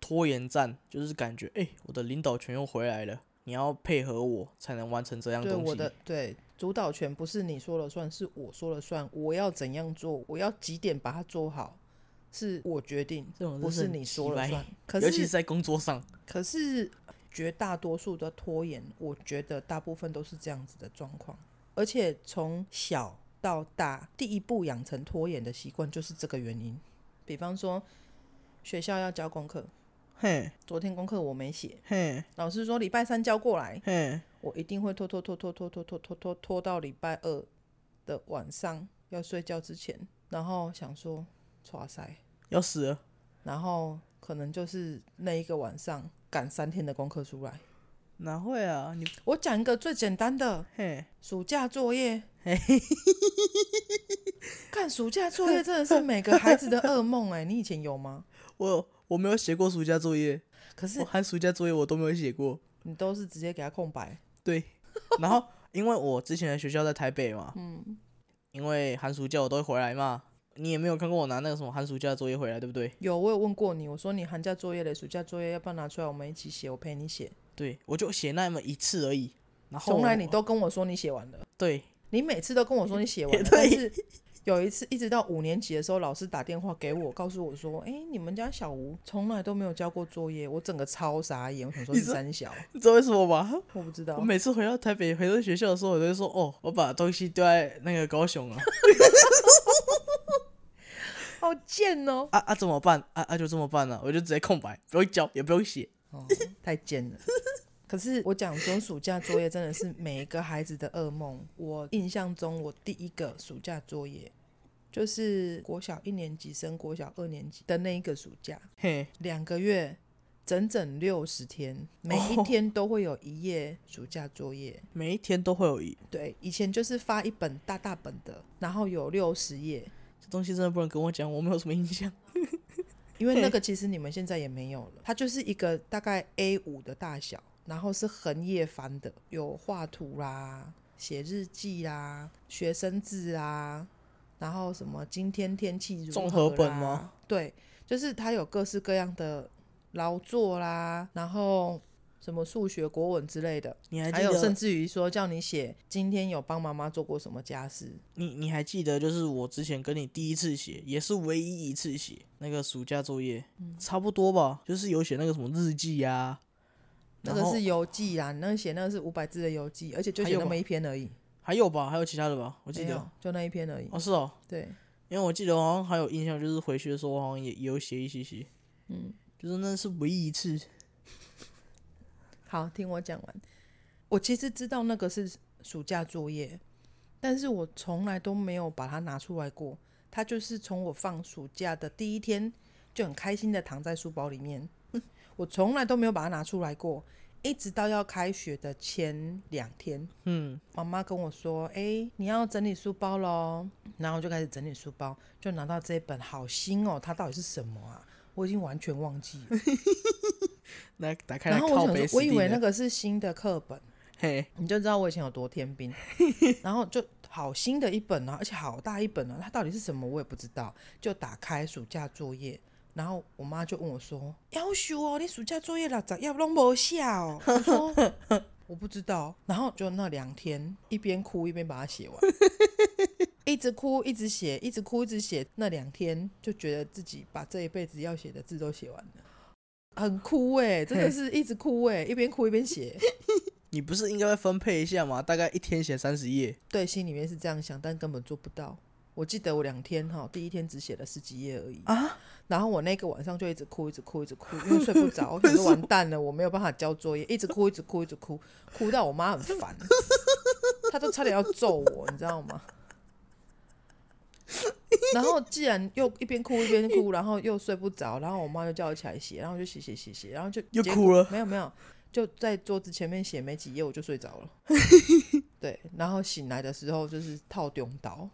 [SPEAKER 2] 拖延战，就是感觉哎、诶我的领导权又回来了，你要配合我才能完成这样
[SPEAKER 1] 对
[SPEAKER 2] 东
[SPEAKER 1] 我
[SPEAKER 2] 西。
[SPEAKER 1] 的对主导权不是你说了算，是我说了算。我要怎样做，我要几点把它做好，是我决定，
[SPEAKER 2] 哦这种
[SPEAKER 1] 不
[SPEAKER 2] 真
[SPEAKER 1] 是
[SPEAKER 2] 的很
[SPEAKER 1] 你说
[SPEAKER 2] 鸡
[SPEAKER 1] 了
[SPEAKER 2] 掰
[SPEAKER 1] 算。可
[SPEAKER 2] 尤其是
[SPEAKER 1] 是
[SPEAKER 2] 在工作上，
[SPEAKER 1] 可是绝大多数的拖延，我觉得大部分都是这样子的状况，而且从小到大，第一步养成拖延的习惯就是这个原因。比方说，学校要交功课，
[SPEAKER 2] 嘿
[SPEAKER 1] 昨天功课我没写，
[SPEAKER 2] 嘿
[SPEAKER 1] 老师说礼拜三交过来，
[SPEAKER 2] 嘿，
[SPEAKER 1] 我一定会拖拖拖拖拖拖拖拖拖拖到礼拜二的晚上要睡觉之前，然后想说哇塞，
[SPEAKER 2] 要死了，
[SPEAKER 1] 然后可能就是那一个晚上赶三天的功课出来。
[SPEAKER 2] 哪会啊？你
[SPEAKER 1] 我讲一个最简单的
[SPEAKER 2] 嘿，
[SPEAKER 1] 暑假作业，看暑假作业真的是每个孩子的噩梦哎、你以前有吗？
[SPEAKER 2] 我我没有写过暑假作业，
[SPEAKER 1] 可是
[SPEAKER 2] 我寒暑假作业我都没有写过。
[SPEAKER 1] 你都是直接给他空白，
[SPEAKER 2] 对， 然后因为我之前的学校在台北嘛，嗯，因为寒暑假我都会回来嘛，你也没有看过我拿那个什么寒暑假的作业回来，对不对？
[SPEAKER 1] 有，我有问过你，我说你寒假作业嘞、暑假作业要不要拿出来，我们一起写，我陪你写。
[SPEAKER 2] 对，我就写那么一次而已。然后
[SPEAKER 1] 从来你
[SPEAKER 2] 我
[SPEAKER 1] 都跟我说你写完了，
[SPEAKER 2] 对
[SPEAKER 1] 你每次都跟 我说你写完了，
[SPEAKER 2] 对
[SPEAKER 1] 但是有一次一直到五年级的时候，老师打电话给我，告诉我说：“哎、你们家小吴从来都没有交过作业。”我整个超傻眼，我想说
[SPEAKER 2] 你
[SPEAKER 1] 是
[SPEAKER 2] 说
[SPEAKER 1] 三小，
[SPEAKER 2] 你知道为什么吗？
[SPEAKER 1] 我不知
[SPEAKER 2] 我
[SPEAKER 1] 道。
[SPEAKER 2] 每次回到台北回到学校的时候，我都会说哦，我把东西丢在那个高雄了啊
[SPEAKER 1] 好贱哦、
[SPEAKER 2] 啊啊，怎么办？啊啊，就这么办了、我就直接空白，不用交也不用写。
[SPEAKER 1] 哦，太贱了。可是我讲说，暑假作业真的是每一个孩子的噩梦。我印象中，我第一个暑假作业就是国小一年级升国小二年级的那一个暑假，
[SPEAKER 2] 嘿，
[SPEAKER 1] 两个月，整整六十天，每一天都会有一页暑假作业。
[SPEAKER 2] 每一天都会有一，
[SPEAKER 1] 对，以前就是发一本大大本的，然后有六十页，
[SPEAKER 2] 这东西真的不能跟我讲，我没有什么印象。
[SPEAKER 1] 因为那个其实你们现在也没有了，它就是一个大概 A 五的大小，然后是横页翻的，有画图啦、写日记啦、学生字啦，然后什么今天天气如
[SPEAKER 2] 综
[SPEAKER 1] 何
[SPEAKER 2] 合本
[SPEAKER 1] 啦
[SPEAKER 2] 吗？
[SPEAKER 1] 对，就是它有各式各样的劳作啦，然后什么数学、国文之类的，
[SPEAKER 2] 你还记
[SPEAKER 1] 还有
[SPEAKER 2] 得？
[SPEAKER 1] 甚至于说叫你写今天有帮妈妈做过什么家事，
[SPEAKER 2] 你你还记得，就是我之前跟你第一次写，也是唯一一次写那个暑假作业，
[SPEAKER 1] 嗯
[SPEAKER 2] 差不多吧，就是有写那个什么日记呀、啊，
[SPEAKER 1] 那
[SPEAKER 2] 然
[SPEAKER 1] 个
[SPEAKER 2] 后
[SPEAKER 1] 是游记啦，你那个写那个是五百字的游记，而且就
[SPEAKER 2] 还
[SPEAKER 1] 写
[SPEAKER 2] 有
[SPEAKER 1] 那
[SPEAKER 2] 吗
[SPEAKER 1] 么一篇而已，
[SPEAKER 2] 还有吧，还有其他的吧，我
[SPEAKER 1] 我
[SPEAKER 2] 记得
[SPEAKER 1] 就那一篇而已。
[SPEAKER 2] 哦是哦，
[SPEAKER 1] 对，
[SPEAKER 2] 因为我记得我好像还有印象，就是回去的时候我好像也也有写一些些，嗯，就是那是唯一一次，
[SPEAKER 1] 好，听我讲完。我其实知道那个是暑假作业，但是我从来都没有把它拿出来过。它就是从我放暑假的第一天就很开心的躺在书包里面， 我从来都没有把它拿出来过，一直到要开学的前两天，
[SPEAKER 2] 嗯，
[SPEAKER 1] 妈妈跟我说：“哎、你要整理书包喽。”然后我就开始整理书包，就拿到这一本，好新哦，它到底是什么啊？我已经完全忘记了。
[SPEAKER 2] 那打开来
[SPEAKER 1] 然后我
[SPEAKER 2] 靠
[SPEAKER 1] 想
[SPEAKER 2] 北
[SPEAKER 1] 说，
[SPEAKER 2] 死
[SPEAKER 1] 我以
[SPEAKER 2] 定
[SPEAKER 1] 为
[SPEAKER 2] 了
[SPEAKER 1] 那个是新的课本。
[SPEAKER 2] 嘿，
[SPEAKER 1] 你就知道我以前有多天兵。然后就好新的一本啊，而且好大一本啊，它到底是什么我也不知道。就打开暑假作业，然后我妈就问我说：“要求哦，你暑假作业了，咋要弄不下哦？”我说：“我不知道。”然后就那两天一边哭一边把它写完。 一直哭，一直写，一直哭，一直写。那两天就觉得自己把这一辈子要写的字都写完了，很哭哎、真的
[SPEAKER 2] 嘿
[SPEAKER 1] 是一直哭哎、一边哭一边写。
[SPEAKER 2] 你不是应该会分配一下吗？大概一天写三十页，
[SPEAKER 1] 对，心里面是这样想，但根本做不到。我记得我两天哈，第一天只写了十几页而已
[SPEAKER 2] 啊，
[SPEAKER 1] 然后我那个晚上就一直哭，一直哭，一直 哭，因为睡不着，我想说完蛋了，我没有办法交作业，一直哭，一直哭，一直哭，哭到我妈很烦，她都差点要揍我，你知道 吗？然后既然又一边哭一边哭，然后又睡不着，然后我妈就叫我起来写，然后就写写写写，然后就
[SPEAKER 2] 又
[SPEAKER 1] 结
[SPEAKER 2] 哭了
[SPEAKER 1] 没有没有，就在桌子前面写没几页，我就睡着 了。对，然后醒来的时候就是套丢刀，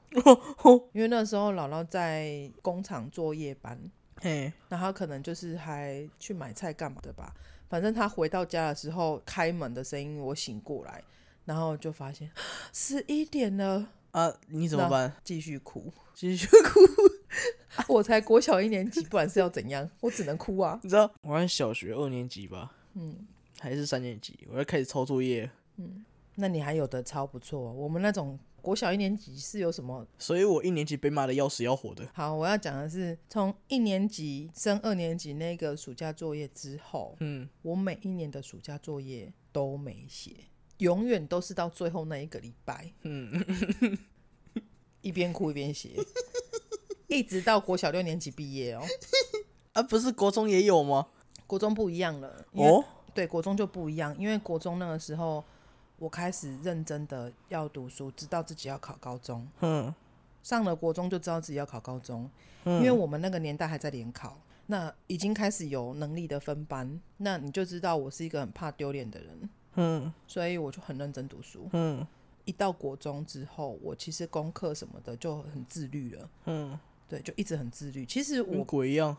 [SPEAKER 1] 因为那时候姥姥在工厂做夜班，
[SPEAKER 2] 嘿，
[SPEAKER 1] 那她可能就是还去买菜干嘛的吧。反正她回到家的时候，开门的声音我醒过来，然后就发现十一点了，
[SPEAKER 2] 啊，你怎么
[SPEAKER 1] 那
[SPEAKER 2] 办？
[SPEAKER 1] 继续哭。
[SPEAKER 2] 继续
[SPEAKER 1] 我才国小一年级，不然是要怎样？我只能哭啊。
[SPEAKER 2] 你知道，我好像小学二年级吧，嗯，还是三年级，我要开始抄作业了，
[SPEAKER 1] 那你还有的超不错，哦我们那种国小一年级是有什么
[SPEAKER 2] 所以我一年级被骂的要死要活的。
[SPEAKER 1] 好，我要讲的是，从一年级升二年级那个暑假作业之后，
[SPEAKER 2] 嗯，
[SPEAKER 1] 我每一年的暑假作业都没写，永远都是到最后那一个礼拜，嗯，一边哭一边写，一直到国小六年级毕业哦。
[SPEAKER 2] 啊，不是国中也有吗？
[SPEAKER 1] 国中不一样了，因为
[SPEAKER 2] 哦，
[SPEAKER 1] 对，国中就不一样，因为国中那个时候我开始认真的要读书，知道自己要考高中。
[SPEAKER 2] 嗯，
[SPEAKER 1] 上了国中就知道自己要考高中，因为我们那个年代还在联考，那已经开始有能力的分班，那你就知道我是一个很怕丢脸的人，
[SPEAKER 2] 嗯
[SPEAKER 1] 所以我就很认真读书。
[SPEAKER 2] 嗯
[SPEAKER 1] 一到国中之后，我其实功课什么的就很自律了，
[SPEAKER 2] 嗯，
[SPEAKER 1] 对，就一直很自律。其实
[SPEAKER 2] 跟
[SPEAKER 1] 我
[SPEAKER 2] 鬼一样。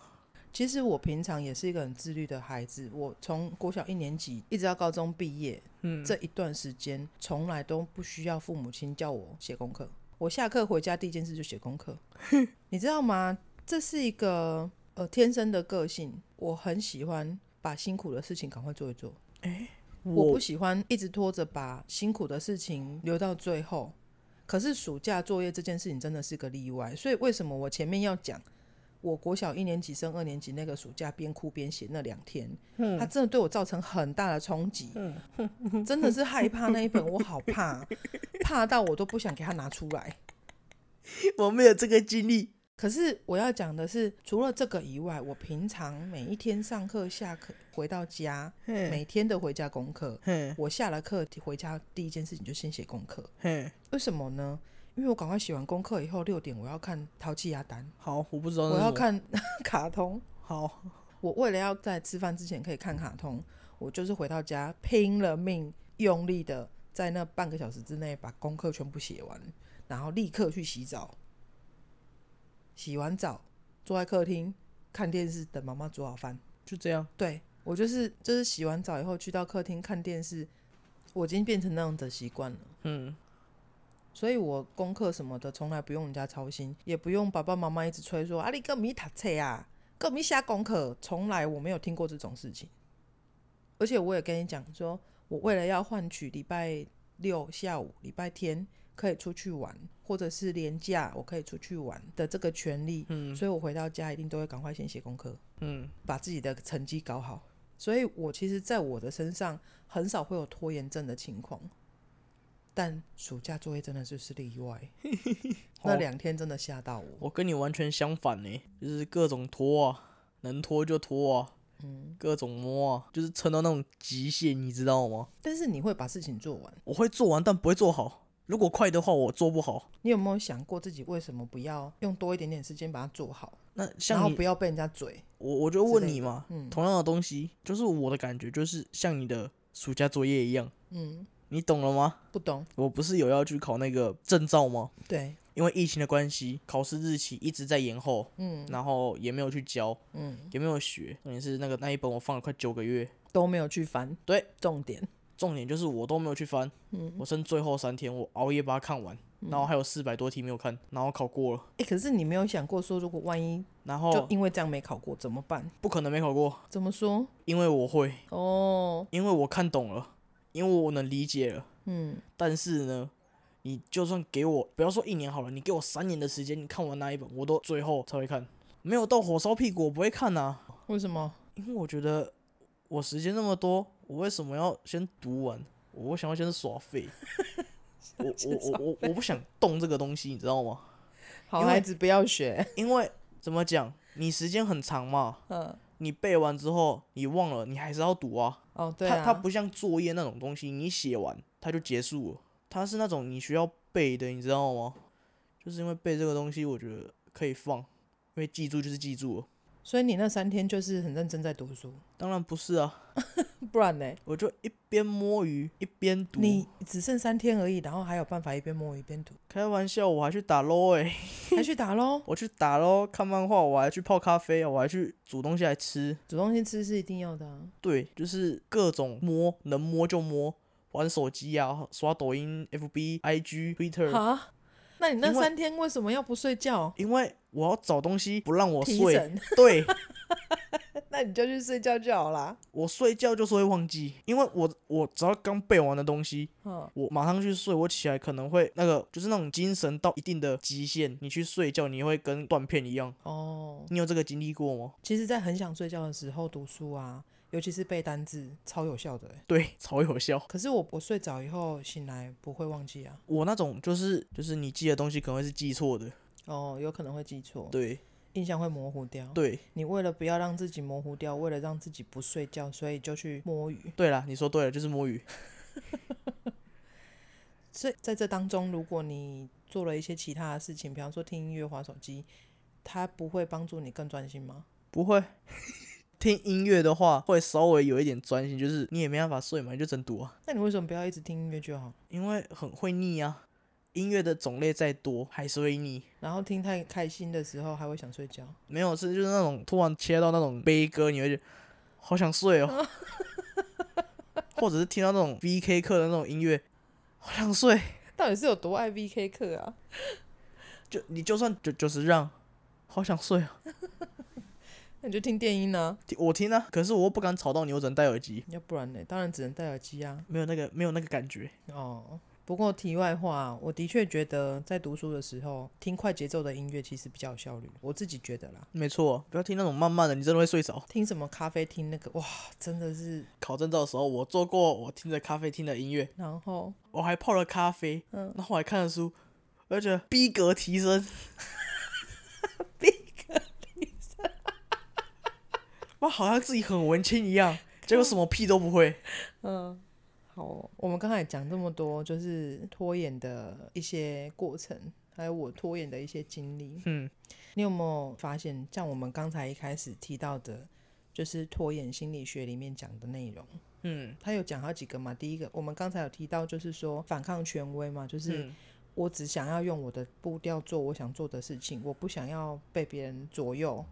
[SPEAKER 1] 其实我平常也是一个很自律的孩子，我从国小一年级一直到高中毕业，
[SPEAKER 2] 嗯，
[SPEAKER 1] 这一段时间从来都不需要父母亲叫我写功课。我下课回家第一件事就写功课，你知道吗？这是一个呃天生的个性，我很喜欢把辛苦的事情赶快做一做，我
[SPEAKER 2] 我
[SPEAKER 1] 不喜欢一直拖着把辛苦的事情留到最后。可是暑假作业这件事情真的是个例外，所以为什么我前面要讲，我国小一年级升二年级那个暑假边哭边写那两天，它真的对我造成很大的冲击，真的是害怕那一本，我好怕，怕到我都不想给它拿出来。
[SPEAKER 2] 我没有这个经历。
[SPEAKER 1] 可是我要讲的是，除了这个以外，我平常每一天上课、下课、回到家，
[SPEAKER 2] 嗯
[SPEAKER 1] 每天的回家功课，
[SPEAKER 2] 嘿
[SPEAKER 1] 我下了课回家第一件事情就先写功课，
[SPEAKER 2] 嘿，
[SPEAKER 1] 为什么呢？因为我赶快写完功课以后，六点我要看《淘气鸭蛋
[SPEAKER 2] 好，我不知道》，那
[SPEAKER 1] 我
[SPEAKER 2] 是
[SPEAKER 1] 要
[SPEAKER 2] 什么。
[SPEAKER 1] 看 卡通。
[SPEAKER 2] 好，
[SPEAKER 1] 我为了要在吃饭之前可以看卡通，我就是回到家拼了命、用力的在那半个小时之内把功课全部写完，然后立刻去洗澡。洗完澡，坐在客厅看电视，等妈妈煮好饭。
[SPEAKER 2] 就这样。
[SPEAKER 1] 对我就是就是洗完澡以后去到客厅看电视，我已经变成那样的习惯了。
[SPEAKER 2] 嗯，
[SPEAKER 1] 所以我功课什么的从来不用人家操心，也不用爸爸妈妈一直催说啊，你个米读册啊，个米写功课，从来我没有听过这种事情。而且我也跟你讲说，我为了要换取礼拜六下午、礼拜天可以出去玩，或者是连假我可以出去玩的这个权利，
[SPEAKER 2] 嗯
[SPEAKER 1] 所以我回到家一定都会赶快先写功课。
[SPEAKER 2] 嗯，
[SPEAKER 1] 把自己的成绩搞好。所以我其实在我的身上很少会有拖延症的情况，但暑假作业真的就是例 外。那两天真的吓到我，
[SPEAKER 2] 我跟你完全相反呢、就是各种拖啊，能拖就拖啊，
[SPEAKER 1] 嗯，
[SPEAKER 2] 各种摸啊，就是撑到那种极限，你知道吗？
[SPEAKER 1] 但是你会把事情做完。
[SPEAKER 2] 我会做完，但不会做好。如果快的话，我做不好。
[SPEAKER 1] 你有没有想过自己为什么不要用多一点点时间把它做好，
[SPEAKER 2] 那
[SPEAKER 1] 然
[SPEAKER 2] 像
[SPEAKER 1] 后
[SPEAKER 2] 你
[SPEAKER 1] 不，要被人家嘴？
[SPEAKER 2] 我我就
[SPEAKER 1] 之
[SPEAKER 2] 问
[SPEAKER 1] 类
[SPEAKER 2] 你
[SPEAKER 1] 的
[SPEAKER 2] 嘛，
[SPEAKER 1] 嗯
[SPEAKER 2] 同样的东西，就是我的感觉就是像你的暑假作业一样，
[SPEAKER 1] 嗯，
[SPEAKER 2] 你懂了吗？
[SPEAKER 1] 不懂。
[SPEAKER 2] 我不是有要去考那个证照吗？
[SPEAKER 1] 对，
[SPEAKER 2] 因为疫情的关系，考试日期一直在延后，
[SPEAKER 1] 嗯
[SPEAKER 2] 然后也没有去教，
[SPEAKER 1] 嗯，
[SPEAKER 2] 也没有学。重点是那个那一本我放了快九个月，
[SPEAKER 1] 都没有去翻。
[SPEAKER 2] 对，
[SPEAKER 1] 重点。
[SPEAKER 2] 重点就是我都没有去翻，
[SPEAKER 1] 嗯
[SPEAKER 2] 我剩最后三天，我熬夜把它看完，然后还有四百多题没有看，然后考过了，
[SPEAKER 1] 哎、可是你没有想过说，如果万一
[SPEAKER 2] 然
[SPEAKER 1] 就
[SPEAKER 2] 后
[SPEAKER 1] 因为这样没考过怎么办？
[SPEAKER 2] 不可能没考过，
[SPEAKER 1] 怎么说？
[SPEAKER 2] 因为我会，
[SPEAKER 1] 哦，
[SPEAKER 2] 因为我看懂了，因为我能理解了。
[SPEAKER 1] 嗯，
[SPEAKER 2] 但是呢，你就算给我，不要说一年好了，你给我三年的时间，你看完那一本，我都最后才会看，没有到火烧屁股，我不会看呐、
[SPEAKER 1] 为什么？
[SPEAKER 2] 因为我觉得我时间那么多，我为什么要先读完？我想要先耍废，我我我我我不想动这个东西，你知道吗？
[SPEAKER 1] 好
[SPEAKER 2] 因为
[SPEAKER 1] 孩子不要学。
[SPEAKER 2] 因为怎么讲，你时间很长嘛，
[SPEAKER 1] 嗯，
[SPEAKER 2] 你背完之后你忘了，你还是要读啊。
[SPEAKER 1] 哦，对
[SPEAKER 2] 它
[SPEAKER 1] 啊，
[SPEAKER 2] 它不像作业那种东西，你写完它就结束了，它是那种你需要背的，你知道吗？就是因为背这个东西，我觉得可以放，因为记住就是记住了。
[SPEAKER 1] 所以你那三天就是很认真在读书，
[SPEAKER 2] 当然不是啊，
[SPEAKER 1] 不然呢？
[SPEAKER 2] 我就一边摸鱼一边读。
[SPEAKER 1] 你只剩三天而已，然后还有办法一边摸一边读，
[SPEAKER 2] 开玩笑，我还去打 LO 哎、。
[SPEAKER 1] 还去打喽
[SPEAKER 2] 我去打 LO 看漫画，我还去泡咖啡，我还去煮东西来吃。
[SPEAKER 1] 煮东西吃是一定要的、啊，
[SPEAKER 2] 对，就是各种摸，能摸就摸，玩手机啊，刷抖音、FB、IG、Twitter，
[SPEAKER 1] 哈？那你那
[SPEAKER 2] 因为
[SPEAKER 1] 三天为什么要不睡觉？
[SPEAKER 2] 因为我要找东西不让我
[SPEAKER 1] 提
[SPEAKER 2] 睡，
[SPEAKER 1] 神，
[SPEAKER 2] 对
[SPEAKER 1] 那你就去睡觉就好啦。
[SPEAKER 2] 我睡觉就是会忘记，因为我我只要刚背完的东西，
[SPEAKER 1] 嗯，
[SPEAKER 2] 我马上去睡，我起来可能会那个就是那种精神到一定的极限，你去睡觉你会跟断片一样，
[SPEAKER 1] 哦，
[SPEAKER 2] 你有这个经历过吗？
[SPEAKER 1] 其实，在很想睡觉的时候读书啊，尤其是背单字，超有效的欸。
[SPEAKER 2] 对，超有效。
[SPEAKER 1] 可是我我睡着以后醒来不会忘记啊，
[SPEAKER 2] 我那种就是就是你记的东西可能会是记错的，
[SPEAKER 1] 哦，有可能会记错，
[SPEAKER 2] 对
[SPEAKER 1] 印象会模糊掉。
[SPEAKER 2] 对
[SPEAKER 1] 你为了不要让自己模糊掉，为了让自己不睡觉，所以就去摸鱼。
[SPEAKER 2] 对啦，你说对了，就是摸鱼。
[SPEAKER 1] 所以在这当中，如果你做了一些其他的事情，比方说听音乐、划手机，它不会帮助你更专心吗？
[SPEAKER 2] 不会， 听音乐的话会稍微有一点专心，就是你也没办法睡嘛，你就真读啊，
[SPEAKER 1] 那你为什么不要一直听音乐就好？
[SPEAKER 2] 因为很会腻啊。音乐的种类再多还是会腻，
[SPEAKER 1] 然后听太开心的时候还会想睡觉，
[SPEAKER 2] 没有是就是那种突然切到那种悲歌，你会觉得好想睡哦， 或者是听到那种 V K 课的那种音乐，好想睡。
[SPEAKER 1] 到底是有多爱 VK 课啊？
[SPEAKER 2] 就你就算就就是让，好想睡啊，
[SPEAKER 1] 那你就听电音呢、
[SPEAKER 2] 我听啊，可是我又不敢吵到你，我只能戴耳机，
[SPEAKER 1] 要不然呢？当然只能戴耳机啊。
[SPEAKER 2] 没有那个没有那个感觉。
[SPEAKER 1] 哦，不过题外话，我的确觉得在读书的时候听快节奏的音乐其实比较有效率，我自己觉得啦。
[SPEAKER 2] 没错，不要听那种慢慢的，你真的会睡着。
[SPEAKER 1] 听什么咖啡厅那个哇，真的是，
[SPEAKER 2] 考证照的时候，我做过，我听着咖啡厅的音乐，
[SPEAKER 1] 然后
[SPEAKER 2] 我还泡了咖啡，
[SPEAKER 1] 嗯
[SPEAKER 2] 然后我还看了书，而且逼格提 升，逼格提升，我好像自己很文青一样，结果什么屁都不会。
[SPEAKER 1] 嗯，好哦、我们刚才讲这么多，就是拖延的一些过程，还有我拖延的一些经历。
[SPEAKER 2] 嗯，
[SPEAKER 1] 你有没有发现，像我们刚才一开始提到的，就是拖延心理学里面讲的内容，
[SPEAKER 2] 嗯
[SPEAKER 1] 它有讲好几个嘛。第一个，我们刚才有提到，就是说反抗权威嘛，就是
[SPEAKER 2] 嗯
[SPEAKER 1] 我只想要用我的步调做我想做的事情，我不想要被别人左右，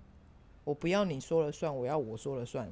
[SPEAKER 1] 我不要你说了算，我要我说了算。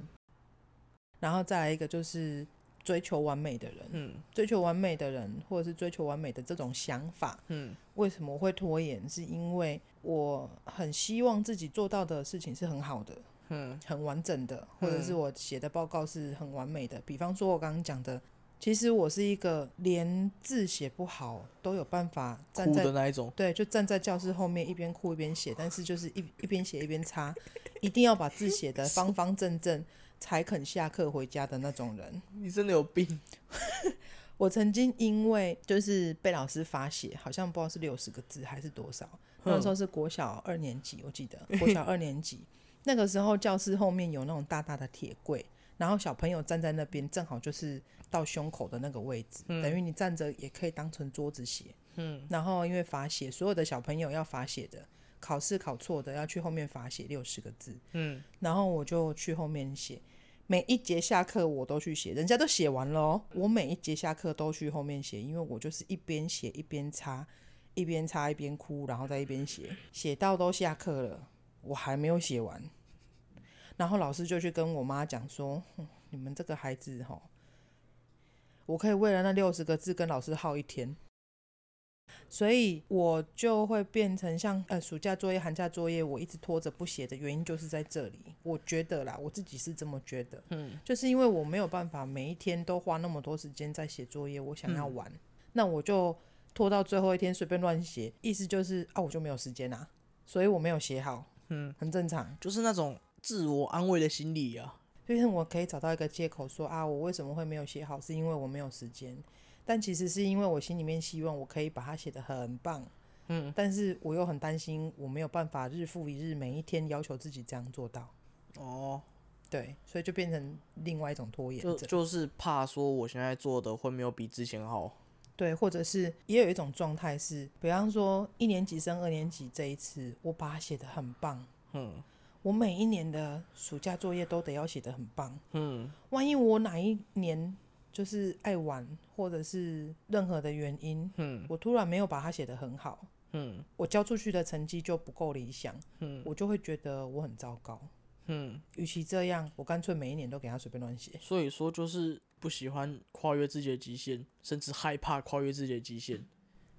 [SPEAKER 1] 然后再来一个就是追求完美的人，
[SPEAKER 2] 嗯
[SPEAKER 1] 追求完美的人，或者是追求完美的这种想法，
[SPEAKER 2] 嗯
[SPEAKER 1] 为什么会拖延？是因为我很希望自己做到的事情是很好的、
[SPEAKER 2] 嗯
[SPEAKER 1] 很完整的，或者是
[SPEAKER 2] 嗯
[SPEAKER 1] 我写的报告是很完美的。比方说，我刚刚讲的，其实我是一个连字写不好都有办法站
[SPEAKER 2] 哭
[SPEAKER 1] 在
[SPEAKER 2] 的那一种，
[SPEAKER 1] 对，就站在教室后面一边哭一边写，但是就是一一边写一边擦，一定要把字写得方方正正才肯下课回家的那种人。
[SPEAKER 2] 你真的有病，
[SPEAKER 1] 我曾经因为就是被老师罚写，好像不知道是六十个字还是多少，那时候是国小二年级，我记得国小二年级那个时候，教室后面有那种大大的铁柜，然后小朋友站在那边，正好就是到胸口的那个位置，等于你站着也可以当成桌子写。嗯，然后因为罚写，所有的小朋友要罚写的，考试考错的要去后面罚写六十个字。
[SPEAKER 2] 嗯，
[SPEAKER 1] 然后我就去后面写。每一节下课我都去写，人家都写完了哦，我每一节下课都去后面写，因为我就是一边写一边擦，一边擦一边哭，然后再一边写，写到都下课了，我还没有写完。然后老师就去跟我妈讲说：“哼你们这个孩子吼，我可以为了那六十个字跟老师耗一天。”所以我就会变成像呃暑假作业、寒假作业，我一直拖着不写的原因就是在这里。我觉得啦，我自己是这么觉得，
[SPEAKER 2] 嗯，
[SPEAKER 1] 就是因为我没有办法每一天都花那么多时间在写作业，我想
[SPEAKER 2] 嗯
[SPEAKER 1] 要玩，那我就拖到最后一天随便乱写，意思就是啊我就没有时间啦、所以我没有写好，
[SPEAKER 2] 嗯，
[SPEAKER 1] 很正常。
[SPEAKER 2] 就是那种自我安慰的心理啊，
[SPEAKER 1] 就是我可以找到一个借口说啊，我为什么会没有写好，是因为我没有时间。但其实是因为我心里面希望我可以把它写得很棒，
[SPEAKER 2] 嗯，
[SPEAKER 1] 但是我又很担心我没有办法日复一日每一天要求自己这样做到，
[SPEAKER 2] 哦，
[SPEAKER 1] 对，所以就变成另外一种拖延
[SPEAKER 2] 就
[SPEAKER 1] 症，
[SPEAKER 2] 就是怕说我现在做的会没有比之前好，
[SPEAKER 1] 对，或者是也有一种状态是，比方说一年级升二年级这一次，我把它写得很棒，
[SPEAKER 2] 嗯
[SPEAKER 1] 我每一年的暑假作业都得要写得很棒，
[SPEAKER 2] 嗯
[SPEAKER 1] 万一我哪一年就是爱玩，或者是任何的原因，
[SPEAKER 2] 嗯，
[SPEAKER 1] 我突然没有把它写得很好，
[SPEAKER 2] 嗯
[SPEAKER 1] 我交出去的成绩就不够理想，
[SPEAKER 2] 嗯
[SPEAKER 1] 我就会觉得我很糟糕。
[SPEAKER 2] 嗯，
[SPEAKER 1] 与其这样，我干脆每一年都给他随便乱写。
[SPEAKER 2] 所以说就是不喜欢跨越自己的极限，甚至害怕跨越自己的极限，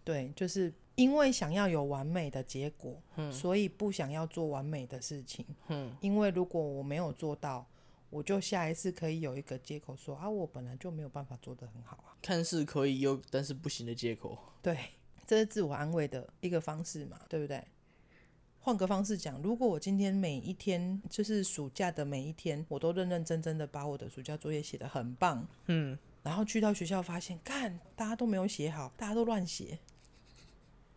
[SPEAKER 1] 对，就是因为想要有完美的结果，所以不想要做完美的事情。
[SPEAKER 2] 嗯
[SPEAKER 1] 因为如果我没有做到，我就下一次可以有一个借口说啊，我本来就没有办法做得很好啊。
[SPEAKER 2] 看似可以又但是不行的借口，
[SPEAKER 1] 对，这是自我安慰的一个方式嘛，对不对？换个方式讲，如果我今天每一天，就是暑假的每一天，我都认认真真的把我的暑假作业写得很棒，
[SPEAKER 2] 嗯，
[SPEAKER 1] 然后去到学校发现，干，大家都没有写好，大家都乱写，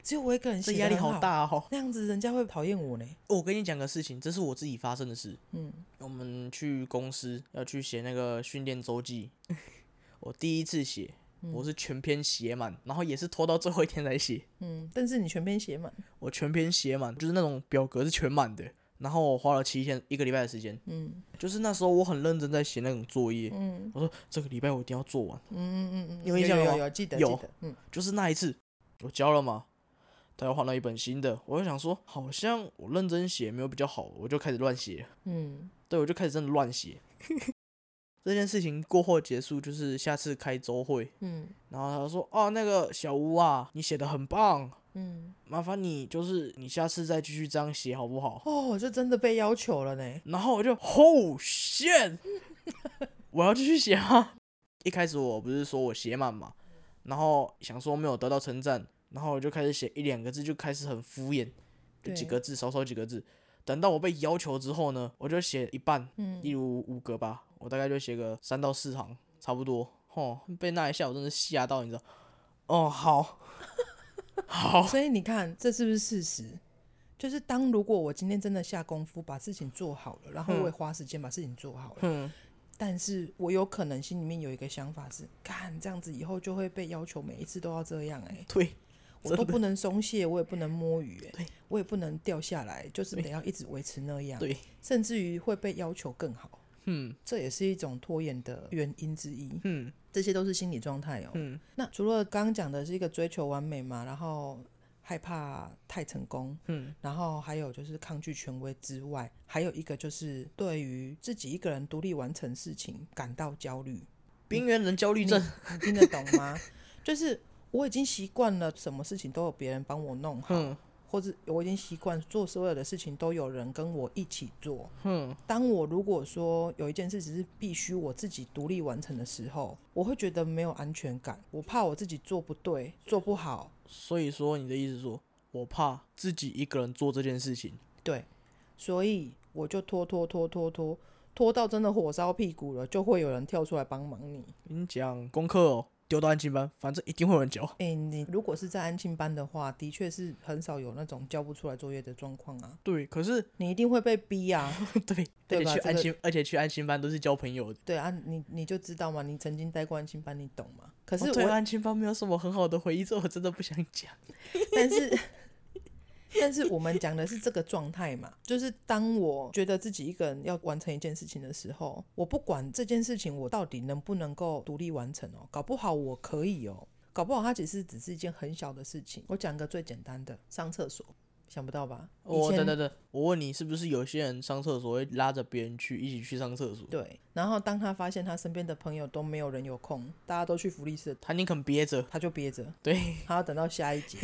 [SPEAKER 1] 只有我一个人
[SPEAKER 2] 这
[SPEAKER 1] 写，
[SPEAKER 2] 压力好
[SPEAKER 1] 好，
[SPEAKER 2] 大哦。
[SPEAKER 1] 那样子人家会讨厌我呢。
[SPEAKER 2] 我跟你讲个事情，这是我自己发生的事。嗯，我们去公司要去写那个训练周记， 我第一次写，我是全篇写满，然后也是拖到最后一天才写。
[SPEAKER 1] 嗯，但是你全篇写满，
[SPEAKER 2] 我全篇写满，就是那种表格是全满的。然后我花了七天一个礼拜的时间，
[SPEAKER 1] 嗯
[SPEAKER 2] 就是那时候我很认真在写那种作业，
[SPEAKER 1] 嗯
[SPEAKER 2] 我说这个礼拜我一定要做完。
[SPEAKER 1] 嗯嗯嗯嗯，
[SPEAKER 2] 有印象
[SPEAKER 1] 有
[SPEAKER 2] 吗
[SPEAKER 1] 有有记得记
[SPEAKER 2] 有
[SPEAKER 1] 得，嗯
[SPEAKER 2] 就是那一次，我交了嘛，他又换了一本新的，我就想说好像我认真写没有比较好，我就开始乱写。
[SPEAKER 1] 嗯，
[SPEAKER 2] 对，我就开始真的乱写。这件事情过后结束，就是下次开周会，
[SPEAKER 1] 嗯
[SPEAKER 2] 然后他说：“哦，那个小吴啊，你写的很棒，
[SPEAKER 1] 嗯，
[SPEAKER 2] 麻烦你就是你下次再继续这样写好不好
[SPEAKER 1] 哦，这真的被要求了呢？”。
[SPEAKER 2] 然后我就 Oh shit，我要继续写吗？一开始我不是说我写满嘛，然后想说没有得到称赞，然后我就开始写一两个字，就开始很敷衍，就几
[SPEAKER 1] 对
[SPEAKER 2] 个字，少少几个字。等到我被要求之后呢，我就写一半，
[SPEAKER 1] 嗯
[SPEAKER 2] 例如五个吧，我大概就写个三到四行，差不多。哦，被那一下我真的吓到，你知道？哦，好，好，
[SPEAKER 1] 所以你看，这是不是事实？就是当如果我今天真的下功夫把事情做好了，然后我也花时间把事情做好了，
[SPEAKER 2] 嗯，
[SPEAKER 1] 但是我有可能心里面有一个想法是，看这样子以后就会被要求每一次都要这样、欸，哎，
[SPEAKER 2] 对，
[SPEAKER 1] 我都
[SPEAKER 2] 真的
[SPEAKER 1] 不能松懈，我也不能摸鱼、欸，
[SPEAKER 2] 对
[SPEAKER 1] 我也不能掉下来，就是
[SPEAKER 2] 对
[SPEAKER 1] 得要一直维持那样，
[SPEAKER 2] 对，
[SPEAKER 1] 甚至于会被要求更好，
[SPEAKER 2] 嗯
[SPEAKER 1] 这也是一种拖延的原因之一，
[SPEAKER 2] 嗯
[SPEAKER 1] 这些都是心理状态哦。
[SPEAKER 2] 嗯
[SPEAKER 1] 那除了刚刚讲的是一个追求完美嘛，然后害怕太成功，
[SPEAKER 2] 嗯，
[SPEAKER 1] 然后还有就是抗拒权威之外，还有一个就是对于自己一个人独立完成事情感到焦虑。
[SPEAKER 2] 边缘人焦虑症，
[SPEAKER 1] 你听得懂 吗？就是我已经习惯了，什么事情都有别人帮我弄好，
[SPEAKER 2] 哼
[SPEAKER 1] 或者我已经习惯做所有的事情都有人跟我一起做。
[SPEAKER 2] 哼，
[SPEAKER 1] 嗯当我如果说有一件事只是必须我自己独立完成的时候，我会觉得没有安全感，我怕我自己做不对、做不好。
[SPEAKER 2] 所以说你的意思是说，我怕自己一个人做这件事情，
[SPEAKER 1] 对，所以我就拖拖拖拖拖拖到真的火烧屁股了，就会有人跳出来帮忙你。
[SPEAKER 2] 跟你讲功课哦，丢到安静班，反正一定会有人教。
[SPEAKER 1] 诶，你如果是在安亲班的话，的确是很少有那种交不出来作业的状况啊，
[SPEAKER 2] 对，可是
[SPEAKER 1] 你一定会被逼啊。
[SPEAKER 2] 对，而
[SPEAKER 1] 对
[SPEAKER 2] 且
[SPEAKER 1] 吧
[SPEAKER 2] 去
[SPEAKER 1] 这
[SPEAKER 2] 安
[SPEAKER 1] 个
[SPEAKER 2] 心，而且去安心班都是交朋友的。
[SPEAKER 1] 对啊，你你就知道嘛，你曾经待过安亲班，你懂吗？可是
[SPEAKER 2] 我
[SPEAKER 1] 我
[SPEAKER 2] 哦对啊安亲班没有什么很好的回忆，这我真的不想讲。
[SPEAKER 1] 但是， 但是我们讲的是这个状态嘛，就是当我觉得自己一个人要完成一件事情的时候，我不管这件事情我到底能不能够独立完成哦，搞不好我可以哦，搞不好它其实只是一件很小的事情。我讲个最简单的，上厕所，想不到吧？以
[SPEAKER 2] 我
[SPEAKER 1] 前
[SPEAKER 2] 哦等等等，我问你，是不是有些人上厕所会拉着别人去一起去上厕所？
[SPEAKER 1] 对，然后当他发现他身边的朋友都没有人有空，大家都去福利社，
[SPEAKER 2] 他宁肯憋着。
[SPEAKER 1] 他就憋着，
[SPEAKER 2] 对
[SPEAKER 1] 他要等到下一集，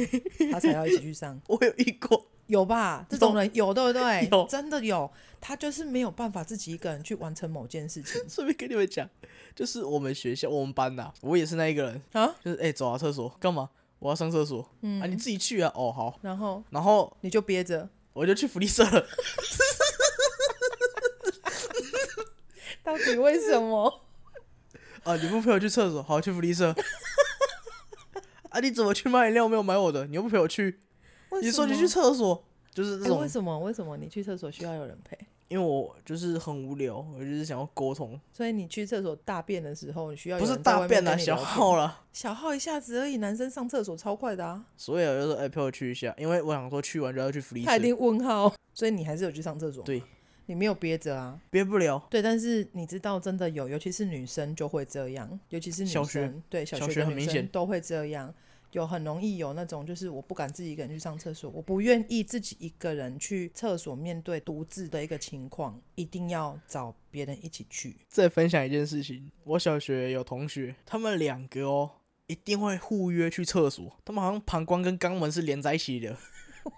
[SPEAKER 1] 他才要一起去上。
[SPEAKER 2] 我有遇过，
[SPEAKER 1] 有吧？这种人有对不对？
[SPEAKER 2] 有
[SPEAKER 1] 真的有，他就是没有办法自己一个人去完成某件事情
[SPEAKER 2] 顺便跟你们讲，就是我们学校我们班呐、我也是那一个人，
[SPEAKER 1] 啊。
[SPEAKER 2] 就是哎、走啊，厕所干嘛？我要上厕所。嗯啊，你自己去啊。哦，好。
[SPEAKER 1] 然后
[SPEAKER 2] 然后
[SPEAKER 1] 你就憋着，
[SPEAKER 2] 我就去福利社了。
[SPEAKER 1] 到底为什么？
[SPEAKER 2] 啊，你不陪我去厕所，好去福利社。啊，你怎么去买饮料没有买我的？你又不陪我去，
[SPEAKER 1] 为
[SPEAKER 2] 你
[SPEAKER 1] 什
[SPEAKER 2] 说你
[SPEAKER 1] 么
[SPEAKER 2] 去厕所，就是这
[SPEAKER 1] 哎
[SPEAKER 2] 种，
[SPEAKER 1] 为什么？为什么你去厕所需要有人陪？
[SPEAKER 2] 因为我就是很无聊，我就是想要沟通，
[SPEAKER 1] 所以你去厕所大便的时候，你需要有
[SPEAKER 2] 不是
[SPEAKER 1] 人在
[SPEAKER 2] 大
[SPEAKER 1] 外面
[SPEAKER 2] 便
[SPEAKER 1] 跟
[SPEAKER 2] 啊，
[SPEAKER 1] 你
[SPEAKER 2] 小
[SPEAKER 1] 聊天
[SPEAKER 2] 号啦。
[SPEAKER 1] 小号一下子而已，男生上厕所超快的啊，
[SPEAKER 2] 所以我就说，哎、陪我去一下，因为我想说去完就要去福利
[SPEAKER 1] 他一
[SPEAKER 2] 社，
[SPEAKER 1] 定问号。所以你还是有去上厕所，
[SPEAKER 2] 对，
[SPEAKER 1] 你没有憋着啊。
[SPEAKER 2] 憋不了。
[SPEAKER 1] 对，但是你知道，真的有，尤其是女生就会这样，尤其是女
[SPEAKER 2] 小
[SPEAKER 1] 生，
[SPEAKER 2] 学
[SPEAKER 1] 对小
[SPEAKER 2] 小
[SPEAKER 1] 学
[SPEAKER 2] 学
[SPEAKER 1] 的
[SPEAKER 2] 很
[SPEAKER 1] 女
[SPEAKER 2] 明
[SPEAKER 1] 生
[SPEAKER 2] 显
[SPEAKER 1] 都会这样，有很容易有那种就是我不敢自己一个人去上厕所，我不愿意自己一个人去厕所面对独自的一个情况，一定要找别人一起去。
[SPEAKER 2] 再分享一件事情，我小学有同学，他们两个哦，一定会互约去厕所，他们好像膀胱跟肛门是连在一起的。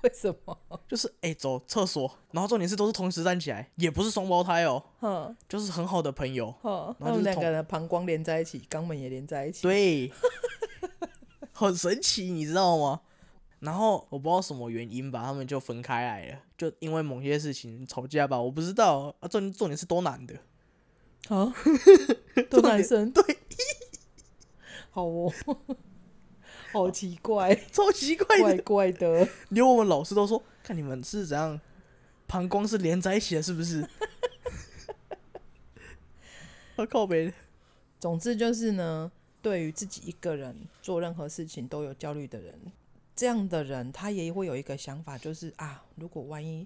[SPEAKER 1] 为什么？
[SPEAKER 2] 就是哎、走厕所，然后重点是都是同时站起来，也不是双胞胎哦，
[SPEAKER 1] 哼
[SPEAKER 2] 就是很好的朋友。
[SPEAKER 1] 哼，他
[SPEAKER 2] 然后就
[SPEAKER 1] 们
[SPEAKER 2] 是
[SPEAKER 1] 两
[SPEAKER 2] 同
[SPEAKER 1] 个人的膀胱连在一起，肛门也连在一起。
[SPEAKER 2] 对， 很神奇，你知道吗？然后我不知道什么原因吧，他们就分开来了，就因为某些事情吵架吧，我不知道。啊，重重点是都男的，
[SPEAKER 1] 啊，都男生
[SPEAKER 2] 对，
[SPEAKER 1] 好哦， 好奇怪，
[SPEAKER 2] 超奇怪
[SPEAKER 1] 怪
[SPEAKER 2] 的。
[SPEAKER 1] 怪的。
[SPEAKER 2] 连我们老师都说，看你们是怎样，膀胱是连在一起的，是不是？ 啊靠北，
[SPEAKER 1] 总之就是呢，对于自己一个人做任何事情都有焦虑的人，这样的人他也会有一个想法，就是啊，如果万一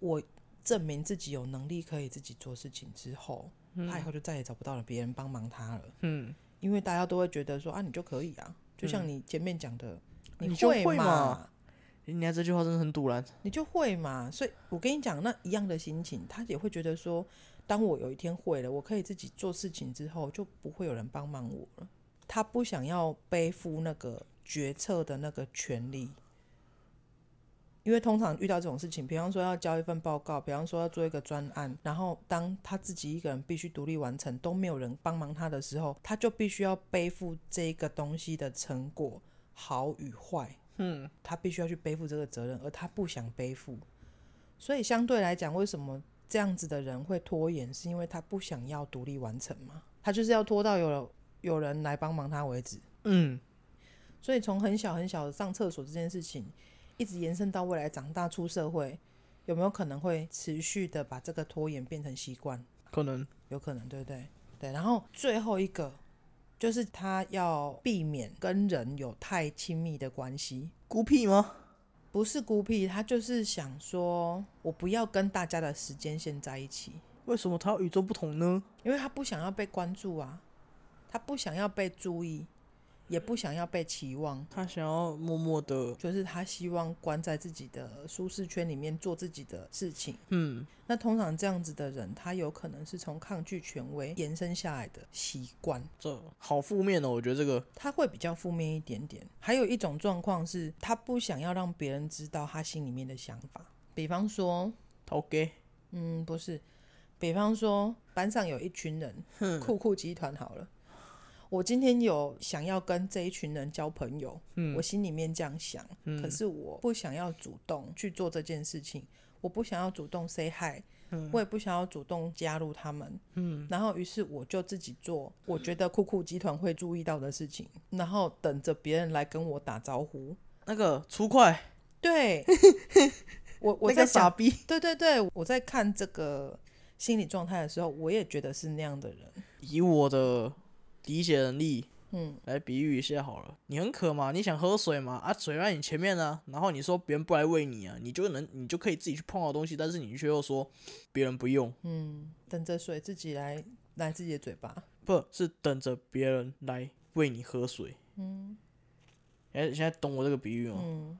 [SPEAKER 1] 我证明自己有能力可以自己做事情之后，他以后就再也找不到了别人帮忙他了，
[SPEAKER 2] 嗯，
[SPEAKER 1] 因为大家都会觉得说啊，你就可以啊，就像你前面讲的，
[SPEAKER 2] 你就
[SPEAKER 1] 会
[SPEAKER 2] 会
[SPEAKER 1] 嘛
[SPEAKER 2] 嘛。人家这句话真的很堵然。
[SPEAKER 1] 你就会嘛。所以我跟你讲，那一样的心情，他也会觉得说，当我有一天会了，我可以自己做事情之后，就不会有人帮忙我了。他不想要背负那个决策的那个权利。因为通常遇到这种事情，比方说要交一份报告，比方说要做一个专案，然后当他自己一个人必须独立完成，都没有人帮忙他的时候，他就必须要背负这个东西的成果好与坏。他必须要去背负这个责任，而他不想背负。所以相对来讲，为什么这样子的人会拖延，是因为他不想要独立完成嘛？他就是要拖到有有人来帮忙他为止。
[SPEAKER 2] 嗯，
[SPEAKER 1] 所以从很小很小的上厕所这件事情，一直延伸到未来长大出社会，有没有可能会持续的把这个拖延变成习惯？
[SPEAKER 2] 可能
[SPEAKER 1] 有可能，对不对？对，然后最后一个就是他要避免跟人有太亲密的关系。
[SPEAKER 2] 孤僻吗？
[SPEAKER 1] 不是孤僻，他就是想说，我不要跟大家的时间线在一起，
[SPEAKER 2] 为什么他要与众不同呢？
[SPEAKER 1] 因为他不想要被关注啊，他不想要被注意，也不想要被期望，
[SPEAKER 2] 他想要默默的，
[SPEAKER 1] 就是他希望关在自己的舒适圈里面做自己的事情。
[SPEAKER 2] 嗯，
[SPEAKER 1] 那通常这样子的人，他有可能是从抗拒权威延伸下来的习惯，
[SPEAKER 2] 这好负面哦，我觉得这个，
[SPEAKER 1] 他会比较负面一点点。还有一种状况是，他不想要让别人知道他心里面的想法，比方说，
[SPEAKER 2] 好 gay，
[SPEAKER 1] 嗯，不是，比方说班上有一群人，酷酷集团好了。我今天有想要跟这一群人交朋友，
[SPEAKER 2] 嗯
[SPEAKER 1] 我心里面这样想，可是我不想要主动去做这件事情，我不想要主动 say hi，、我
[SPEAKER 2] 嗯
[SPEAKER 1] 也不想要主动加入他们，嗯，然后于是我就自己做我觉得酷酷集团会注意到的事情，然后等着别人来跟我打招呼。
[SPEAKER 2] 那个粗快，
[SPEAKER 1] 对， 我我
[SPEAKER 2] 那
[SPEAKER 1] 在
[SPEAKER 2] 个
[SPEAKER 1] 想
[SPEAKER 2] 傻逼，
[SPEAKER 1] 对对对，我在看这个心理状态的时候，我也觉得是那样的人。
[SPEAKER 2] 以我的理解能力，
[SPEAKER 1] 嗯，
[SPEAKER 2] 来比喻一下好了。你很渴嘛？你想喝水嘛？啊，水在你前面呢、然后你说别人不来喂你啊，你就能你就可以自己去碰到东西，但是你却又说别人不用，
[SPEAKER 1] 嗯，等着水自己来来自己的嘴巴。
[SPEAKER 2] 不是等着别人来喂你喝水。
[SPEAKER 1] 嗯
[SPEAKER 2] 哎，现在懂我这个比喻哦吗？
[SPEAKER 1] 嗯，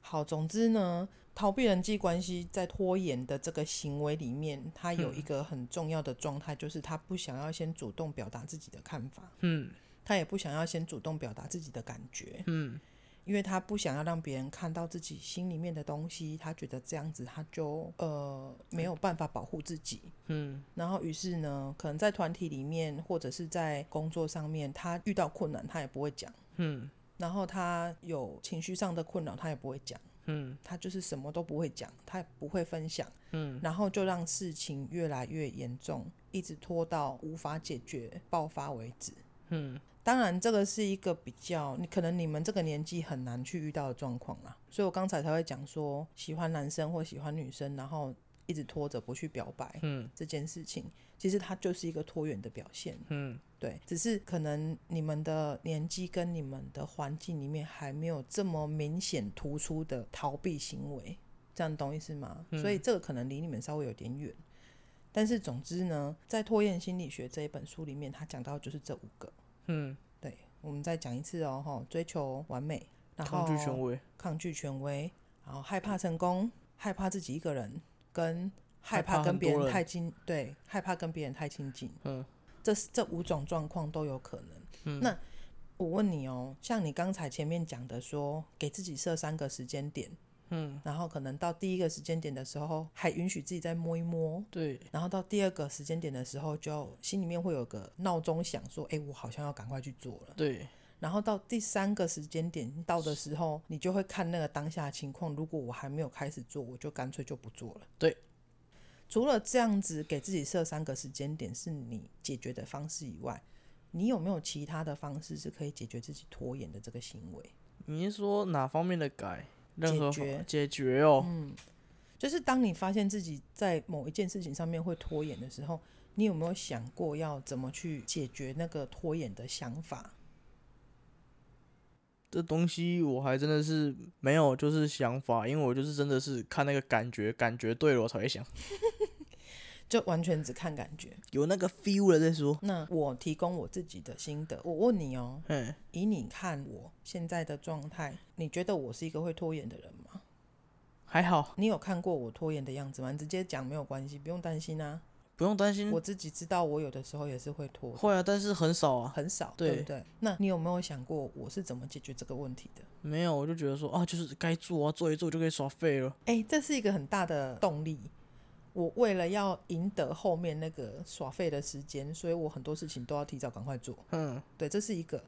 [SPEAKER 1] 好，总之呢，逃避人际关系在拖延的这个行为里面，他有
[SPEAKER 2] 嗯
[SPEAKER 1] 一个很重要的状态，就是他不想要先主动表达自己的看法，
[SPEAKER 2] 嗯
[SPEAKER 1] 他也不想要先主动表达自己的感觉，
[SPEAKER 2] 嗯
[SPEAKER 1] 因为他不想要让别人看到自己心里面的东西，他觉得这样子他就呃没有办法保护自己。
[SPEAKER 2] 嗯
[SPEAKER 1] 然后于是呢，可能在团体里面或者是在工作上面，他遇到困难他也不会讲，
[SPEAKER 2] 嗯
[SPEAKER 1] 然后他有情绪上的困扰他也不会讲，
[SPEAKER 2] 嗯
[SPEAKER 1] 他就是什么都不会讲，他也不会分享，
[SPEAKER 2] 嗯，
[SPEAKER 1] 然后就让事情越来越严重，一直拖到无法解决爆发为止。
[SPEAKER 2] 嗯，
[SPEAKER 1] 当然，这个是一个比较，你可能你们这个年纪很难去遇到的状况啦，所以我刚才才会讲说，喜欢男生或喜欢女生，然后一直拖着不去表白，
[SPEAKER 2] 嗯，
[SPEAKER 1] 这件事情，其实它就是一个拖延的表现，
[SPEAKER 2] 嗯，
[SPEAKER 1] 对，只是可能你们的年纪跟你们的环境里面还没有这么明显突出的逃避行为，这样懂意思吗？
[SPEAKER 2] 嗯
[SPEAKER 1] 所以这个可能离你们稍微有点远。但是总之呢，在《拖延心理学》这一本书里面，他讲到就是这五个。
[SPEAKER 2] 嗯，
[SPEAKER 1] 对，我们再讲一次哦，哈，追求完美，然后
[SPEAKER 2] 抗拒权威，
[SPEAKER 1] 抗拒权威，然后害怕成功，害怕自己一个人，跟害怕
[SPEAKER 2] 害怕
[SPEAKER 1] 跟
[SPEAKER 2] 很
[SPEAKER 1] 别
[SPEAKER 2] 多
[SPEAKER 1] 人
[SPEAKER 2] 人
[SPEAKER 1] 太近，对，害怕跟别人太亲近，
[SPEAKER 2] 嗯，
[SPEAKER 1] 这是这五种状况都有可能。那我问你哦，像你刚才前面讲的说，给自己设三个时间点，
[SPEAKER 2] 嗯，
[SPEAKER 1] 然后可能到第一个时间点的时候，还允许自己再摸一摸。
[SPEAKER 2] 对，
[SPEAKER 1] 然后到第二个时间点的时候，就心里面会有个闹钟响，说：“哎，我好像要赶快去做了。”
[SPEAKER 2] 对，
[SPEAKER 1] 然后到第三个时间点到的时候，你就会看那个当下的情况。如果我还没有开始做，我就干脆就不做了。
[SPEAKER 2] 对，
[SPEAKER 1] 除了这样子给自己设三个时间点是你解决的方式以外，你有没有其他的方式是可以解决自己拖延的这个行为？
[SPEAKER 2] 你是说哪方面的改？任何
[SPEAKER 1] 解决
[SPEAKER 2] 方解决哦，
[SPEAKER 1] 就是当你发现自己在某一件事情上面会拖延的时候，你有没有想过要怎么去解决那个拖延的想法？
[SPEAKER 2] 这东西我还真的是没有，就是想法，因为我就是真的是看那个感觉，感觉对了我才会想，
[SPEAKER 1] 就完全只看感觉。
[SPEAKER 2] 有那个 feel 了再说。
[SPEAKER 1] 那我提供我自己的心得，我问你哦，
[SPEAKER 2] 嗯，
[SPEAKER 1] 以你看我现在的状态，你觉得我是一个会拖延的人吗？
[SPEAKER 2] 还好，
[SPEAKER 1] 你有看过我拖延的样子吗？你直接讲没有关系，不用担心啊。
[SPEAKER 2] 不用担心
[SPEAKER 1] 我。自己知道，我有的时候也是会拖，
[SPEAKER 2] 会啊，但是很少啊，
[SPEAKER 1] 很少，
[SPEAKER 2] 对
[SPEAKER 1] 对不对？那你有没有想过我是怎么解决这个问题的？
[SPEAKER 2] 没有，我就觉得说啊，就是该做啊，做一做就可以耍废了。
[SPEAKER 1] 哎，这是一个很大的动力。我为了要赢得后面那个耍废的时间，所以我很多事情都要提早赶快做。
[SPEAKER 2] 嗯
[SPEAKER 1] 对，这是一个。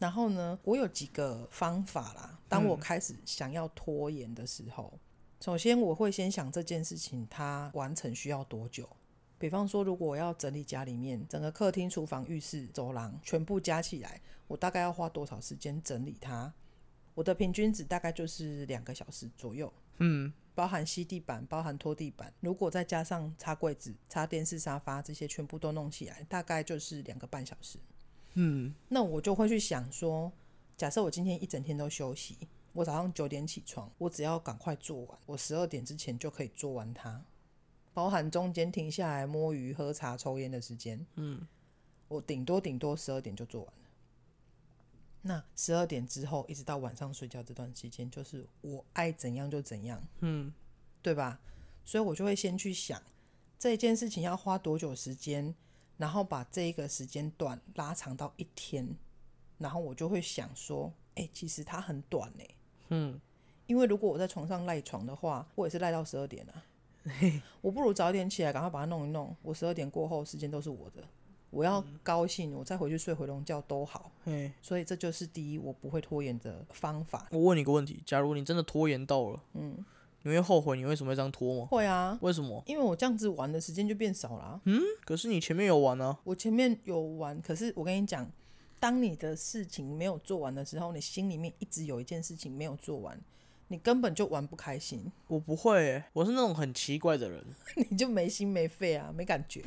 [SPEAKER 1] 然后呢，我有几个方法啦。当我
[SPEAKER 2] 嗯
[SPEAKER 1] 开始想要拖延的时候，首先我会先想这件事情它完成需要多久。比方说，如果我要整理家里面整个客厅、厨房、浴室、走廊全部加起来，我大概要花多少时间整理它？我的平均值大概就是两个小时左右。
[SPEAKER 2] 嗯，
[SPEAKER 1] 包含吸地板，包含拖地板，如果再加上擦柜子、擦电视、沙发这些，全部都弄起来，大概就是两个半小时。
[SPEAKER 2] 嗯，
[SPEAKER 1] 那我就会去想说，假设我今天一整天都休息，我早上九点起床，我只要赶快做完，我十二点之前就可以做完它，包含中间停下来摸鱼、喝茶、抽烟的时间，嗯，我顶多顶多十二点就做完了。那十二点之后一直到晚上睡觉这段期间，就是我爱怎样就怎样，
[SPEAKER 2] 嗯，
[SPEAKER 1] 对吧？所以我就会先去想这件事情要花多久时间，然后把这一个时间段拉长到一天，然后我就会想说，哎、其实它很短呢、
[SPEAKER 2] 嗯，
[SPEAKER 1] 因为如果我在床上赖床的话，我也是赖到十二点啊。我不如早点起来，赶快把它弄一弄。我十二点过后时间都是我的，我要高兴，我再回去睡回笼觉都好。
[SPEAKER 2] 嘿，
[SPEAKER 1] 所以这就是第一，我不会拖延的方法。
[SPEAKER 2] 我问你个问题，假如你真的拖延到了，
[SPEAKER 1] 嗯，
[SPEAKER 2] 你会后悔你为什么会这样拖吗？
[SPEAKER 1] 会啊，
[SPEAKER 2] 为什么？
[SPEAKER 1] 因为我这样子玩的时间就变少了啊、
[SPEAKER 2] 可是你前面有玩啊，
[SPEAKER 1] 我前面有玩，可是我跟你讲，当你的事情没有做完的时候，你心里面一直有一件事情没有做完，你根本就玩不开心，
[SPEAKER 2] 我不会欸、我是那种很奇怪的人，
[SPEAKER 1] 你就没心没肺啊，没感觉。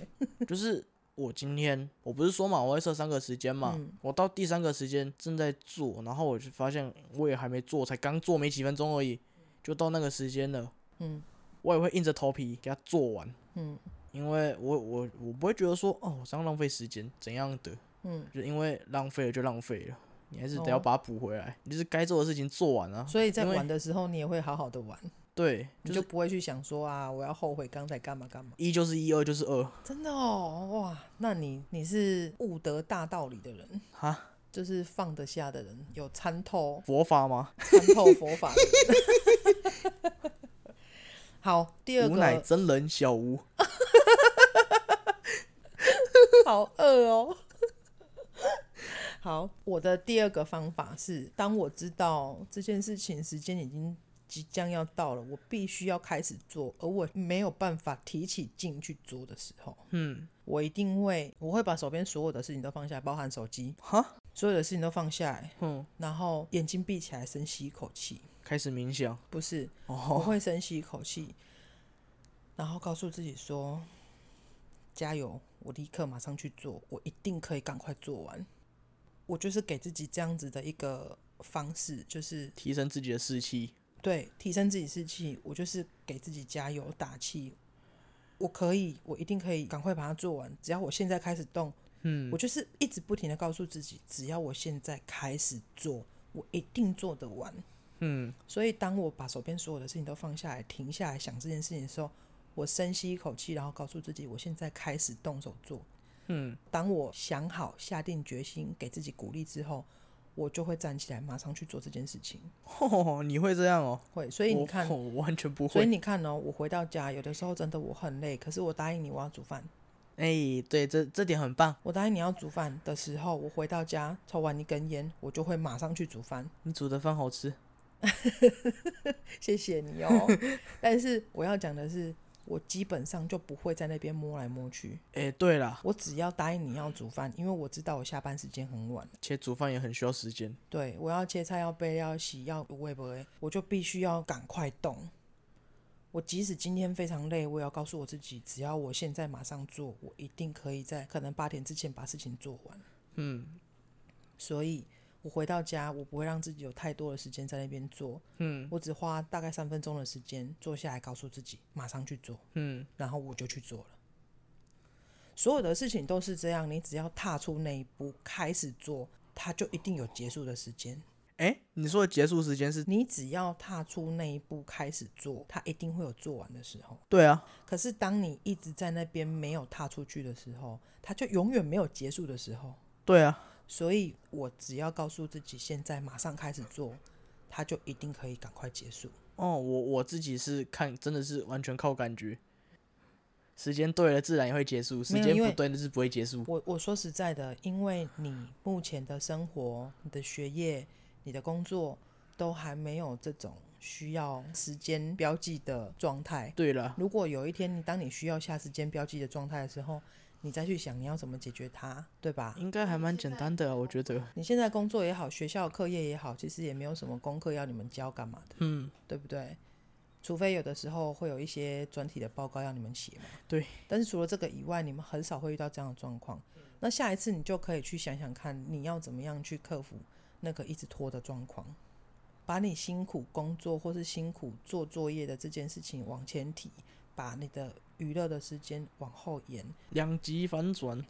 [SPEAKER 2] 就是我今天我不是说嘛，我会设三个时间嘛，
[SPEAKER 1] 嗯
[SPEAKER 2] 我到第三个时间正在做，然后我就发现我也还没做，才刚做没几分钟而已，就到那个时间了，
[SPEAKER 1] 嗯，
[SPEAKER 2] 我也会硬着头皮给它做完，
[SPEAKER 1] 嗯，
[SPEAKER 2] 因为我我我不会觉得说哦我这样浪费时间怎样的，
[SPEAKER 1] 嗯，
[SPEAKER 2] 就因为浪费了就浪费了。你还是得
[SPEAKER 1] 哦
[SPEAKER 2] 要把它补回来，你就是该做的事情做完啊。
[SPEAKER 1] 所以在
[SPEAKER 2] 因为
[SPEAKER 1] 玩的时候，你也会好好的玩，
[SPEAKER 2] 对，
[SPEAKER 1] 你
[SPEAKER 2] 就
[SPEAKER 1] 就是不会去想说啊，我要后悔刚才干嘛干嘛。
[SPEAKER 2] 一就是一，二就是二，
[SPEAKER 1] 真的哦，哇，那你你是悟得大道理的人，
[SPEAKER 2] 哈，
[SPEAKER 1] 就是放得下的人，有参透
[SPEAKER 2] 佛法吗？
[SPEAKER 1] 参透佛法的人。 好，第二
[SPEAKER 2] 吾乃
[SPEAKER 1] 个
[SPEAKER 2] 真人小吾，
[SPEAKER 1] 好饿哦。好，我的第二个方法是，当我知道这件事情时间已经即将要到了，我必须要开始做，而我没有办法提起劲去做的时候，
[SPEAKER 2] 嗯，
[SPEAKER 1] 我一定会，我会把手边所有的事情都放下来，包含手机，
[SPEAKER 2] 哈，
[SPEAKER 1] 所有的事情都放下来，
[SPEAKER 2] 嗯，
[SPEAKER 1] 然后眼睛闭起来，深吸一口气，
[SPEAKER 2] 开始冥想。
[SPEAKER 1] 不是，我
[SPEAKER 2] 哦，
[SPEAKER 1] 会深吸一口气，然后告诉自己说：“加油，我立刻马上去做，我一定可以赶快做完。”我就是给自己这样子的一个方式，就是
[SPEAKER 2] 提升自己的士气。
[SPEAKER 1] 对提升自己士气，我就是给自己加油打气。我可以，我一定可以赶快把它做完。只要我现在开始动，
[SPEAKER 2] 嗯，
[SPEAKER 1] 我就是一直不停的告诉自己，只要我现在开始做，我一定做得完。
[SPEAKER 2] 嗯，
[SPEAKER 1] 所以当我把手边所有的事情都放下来，停下来想这件事情的时候，我深吸一口气，然后告诉自己，我现在开始动手做。
[SPEAKER 2] 嗯，
[SPEAKER 1] 当我想好、下定决心，给自己鼓励之后，我就会站起来，马上去做这件事情。
[SPEAKER 2] 哦，你会这样哦？
[SPEAKER 1] 会，所以你
[SPEAKER 2] 我
[SPEAKER 1] 看，
[SPEAKER 2] 我完全不
[SPEAKER 1] 所以
[SPEAKER 2] 会。
[SPEAKER 1] 你看哦，我回到家，有的时候真的我很累，可是我答应你我要煮饭，
[SPEAKER 2] 哎、对，这这点很棒。
[SPEAKER 1] 我答应你要煮饭的时候，我回到家抽完一根烟，我就会马上去煮饭。
[SPEAKER 2] 你煮的饭好吃。
[SPEAKER 1] 谢谢你 哦。但是我要讲的是，我基本上就不会在那边摸来摸去。
[SPEAKER 2] 哎、对啦，
[SPEAKER 1] 我只要答应你要煮饭，因为我知道我下班时间很晚，
[SPEAKER 2] 且煮饭也很需要时间。
[SPEAKER 1] 对我要切菜、要备料、要洗、要喂不喂，我就必须要赶快动。我即使今天非常累，我也要告诉我自己，只要我现在马上做，我一定可以在可能八点之前把事情做完。
[SPEAKER 2] 嗯
[SPEAKER 1] 所以我回到家，我不会让自己有太多的时间在那边做，
[SPEAKER 2] 嗯
[SPEAKER 1] 我只花大概三分钟的时间坐下来，告诉自己马上去做。
[SPEAKER 2] 嗯，
[SPEAKER 1] 然后我就去做了。所有的事情都是这样，你只要踏出那一步开始做，它就一定有结束的时间。
[SPEAKER 2] 哎、你说的结束时间是？
[SPEAKER 1] 你只要踏出那一步开始做，它一定会有做完的时候。
[SPEAKER 2] 对啊，
[SPEAKER 1] 可是当你一直在那边没有踏出去的时候，它就永远没有结束的时候。
[SPEAKER 2] 对啊，
[SPEAKER 1] 所以我只要告诉自己，现在马上开始做，它就一定可以赶快结束。
[SPEAKER 2] 哦，我我自己是看，真的是完全靠感觉。时间对了，自然也会结束；时
[SPEAKER 1] 没有
[SPEAKER 2] 间
[SPEAKER 1] 因
[SPEAKER 2] 不
[SPEAKER 1] 为
[SPEAKER 2] 对，那是不会结束。
[SPEAKER 1] 我我说实在的，因为你目前的生活、你的学业、你的工作都还没有这种需要时间标记的状态。
[SPEAKER 2] 对了，
[SPEAKER 1] 如果有一天你当你需要下时间标记的状态的时候，你再去想你要怎么解决它，对吧？
[SPEAKER 2] 应该还蛮简单的啊、我觉得。
[SPEAKER 1] 你现在工作也好，学校课业也好，其实也没有什么功课要你们交干嘛的，
[SPEAKER 2] 嗯，
[SPEAKER 1] 对不对？除非有的时候会有一些专题的报告要你们写嘛。
[SPEAKER 2] 对。
[SPEAKER 1] 但是除了这个以外，你们很少会遇到这样的状况。那下一次你就可以去想想看，你要怎么样去克服那个一直拖的状况，把你辛苦工作或是辛苦做作业的这件事情往前提，把你的娱乐的时间往后延。
[SPEAKER 2] 两极反转。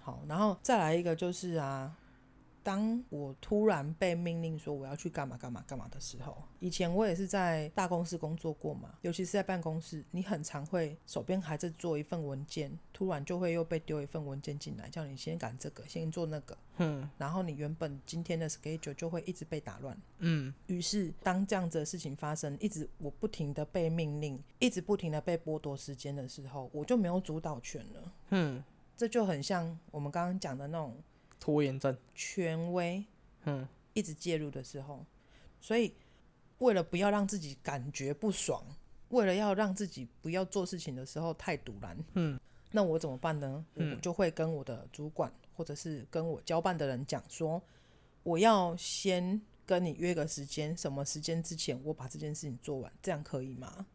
[SPEAKER 1] 好，然后再来一个就是啊，当我突然被命令说我要去干嘛干嘛干嘛的时候，以前我也是在大公司工作过嘛，尤其是在办公室，你很常会手边还在做一份文件，突然就会又被丢一份文件进来，叫你先赶这个，先做那个，
[SPEAKER 2] 哼，
[SPEAKER 1] 然后你原本今天的 schedule 就会一直被打乱。
[SPEAKER 2] 嗯，
[SPEAKER 1] 于是，当这样子的事情发生，一直我不停的被命令，一直不停的被剥夺时间的时候，我就没有主导权了。
[SPEAKER 2] 哼，
[SPEAKER 1] 这就很像我们刚刚讲的那种
[SPEAKER 2] 拖延症，
[SPEAKER 1] 权威
[SPEAKER 2] 哼，
[SPEAKER 1] 一直介入的时候，所以为了不要让自己感觉不爽，为了要让自己不要做事情的时候太堵然，
[SPEAKER 2] 嗯，
[SPEAKER 1] 那我怎么办呢？
[SPEAKER 2] 嗯
[SPEAKER 1] 我就会跟我的主管或者是跟我交办的人讲说，我要先跟你约个时间，什么时间之前我把这件事情做完，这样可以吗？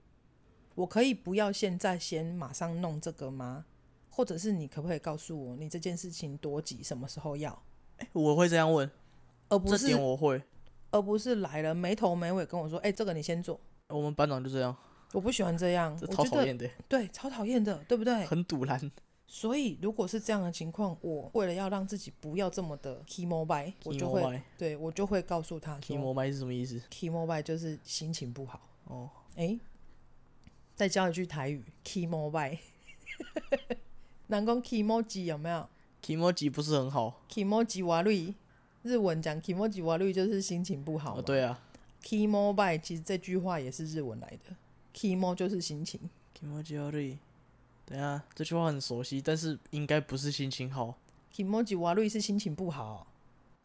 [SPEAKER 1] 我可以不要现在先马上弄这个吗？或者是你可不可以告诉我，你这件事情多急，什么时候要，
[SPEAKER 2] 诶哎我会这样问，
[SPEAKER 1] 而不
[SPEAKER 2] 这
[SPEAKER 1] 是
[SPEAKER 2] 点我会。
[SPEAKER 1] 而不是来了没头没尾跟我说：“哎、这个你先做。
[SPEAKER 2] 我们班长就这样，”
[SPEAKER 1] 我不喜欢这样，
[SPEAKER 2] 这
[SPEAKER 1] 我
[SPEAKER 2] 超
[SPEAKER 1] 觉
[SPEAKER 2] 讨
[SPEAKER 1] 得哎
[SPEAKER 2] 厌的，
[SPEAKER 1] 对超讨厌的，对不对？
[SPEAKER 2] 很堵然。
[SPEAKER 1] 所以如果是这样的情况，我为了要让自己不要这么的 key mobile，我
[SPEAKER 2] Key
[SPEAKER 1] 就会
[SPEAKER 2] mobile
[SPEAKER 1] 对我就会告诉他
[SPEAKER 2] Key
[SPEAKER 1] 说
[SPEAKER 2] mobile 是什么意思？
[SPEAKER 1] key mobile 就是心情不好。
[SPEAKER 2] 哦，
[SPEAKER 1] 哎、再教一句台语 key mobile，南宫 key emoji 有没有
[SPEAKER 2] i m o j i 不是很好。
[SPEAKER 1] key emoji 瓦瑞？日文讲 key emoji 瓦瑞就是心情不好
[SPEAKER 2] 哦，
[SPEAKER 1] 嘛。
[SPEAKER 2] 对啊
[SPEAKER 1] key mobile 其实这句话也是日文来的，key mo 就是心情。
[SPEAKER 2] i m o j i 等一下，这句话很熟悉，但是应该不是心情好。
[SPEAKER 1] Kimoji 瓦瑞是心情不好，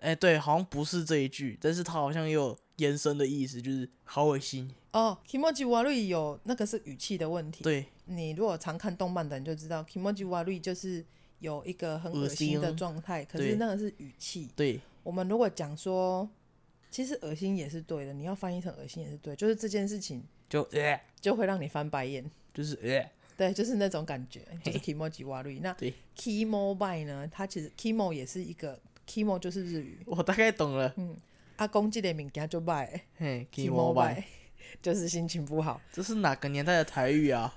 [SPEAKER 2] 哎、对，好像不是这一句，但是它好像也有延伸的意思，就是好恶心。
[SPEAKER 1] 哦，Kimoji 瓦瑞有那个是语气的问题。
[SPEAKER 2] 对，
[SPEAKER 1] 你如果常看动漫的人就知道，Kimoji 瓦瑞就是有一个很恶心的状态，可是
[SPEAKER 2] 对
[SPEAKER 1] 那个是语气。
[SPEAKER 2] 对，
[SPEAKER 1] 我们如果讲说，其实恶心也是对的，你要翻译成恶心也是对，就是这件事情
[SPEAKER 2] 就呃，
[SPEAKER 1] 就会让你翻白眼。
[SPEAKER 2] 就是呃，
[SPEAKER 1] 对，就是那种感觉，就是 Kimoji 瓦瑞。那
[SPEAKER 2] 对
[SPEAKER 1] Kimo by 呢，它其实 Kimo 也是一个 Kimo 就是日语，
[SPEAKER 2] 我大概懂了。
[SPEAKER 1] 阿公啊这类名家就 by
[SPEAKER 2] 嘿 i m o
[SPEAKER 1] Kimo
[SPEAKER 2] b i
[SPEAKER 1] by 就是心情不好。
[SPEAKER 2] 这是哪个年代的台语啊？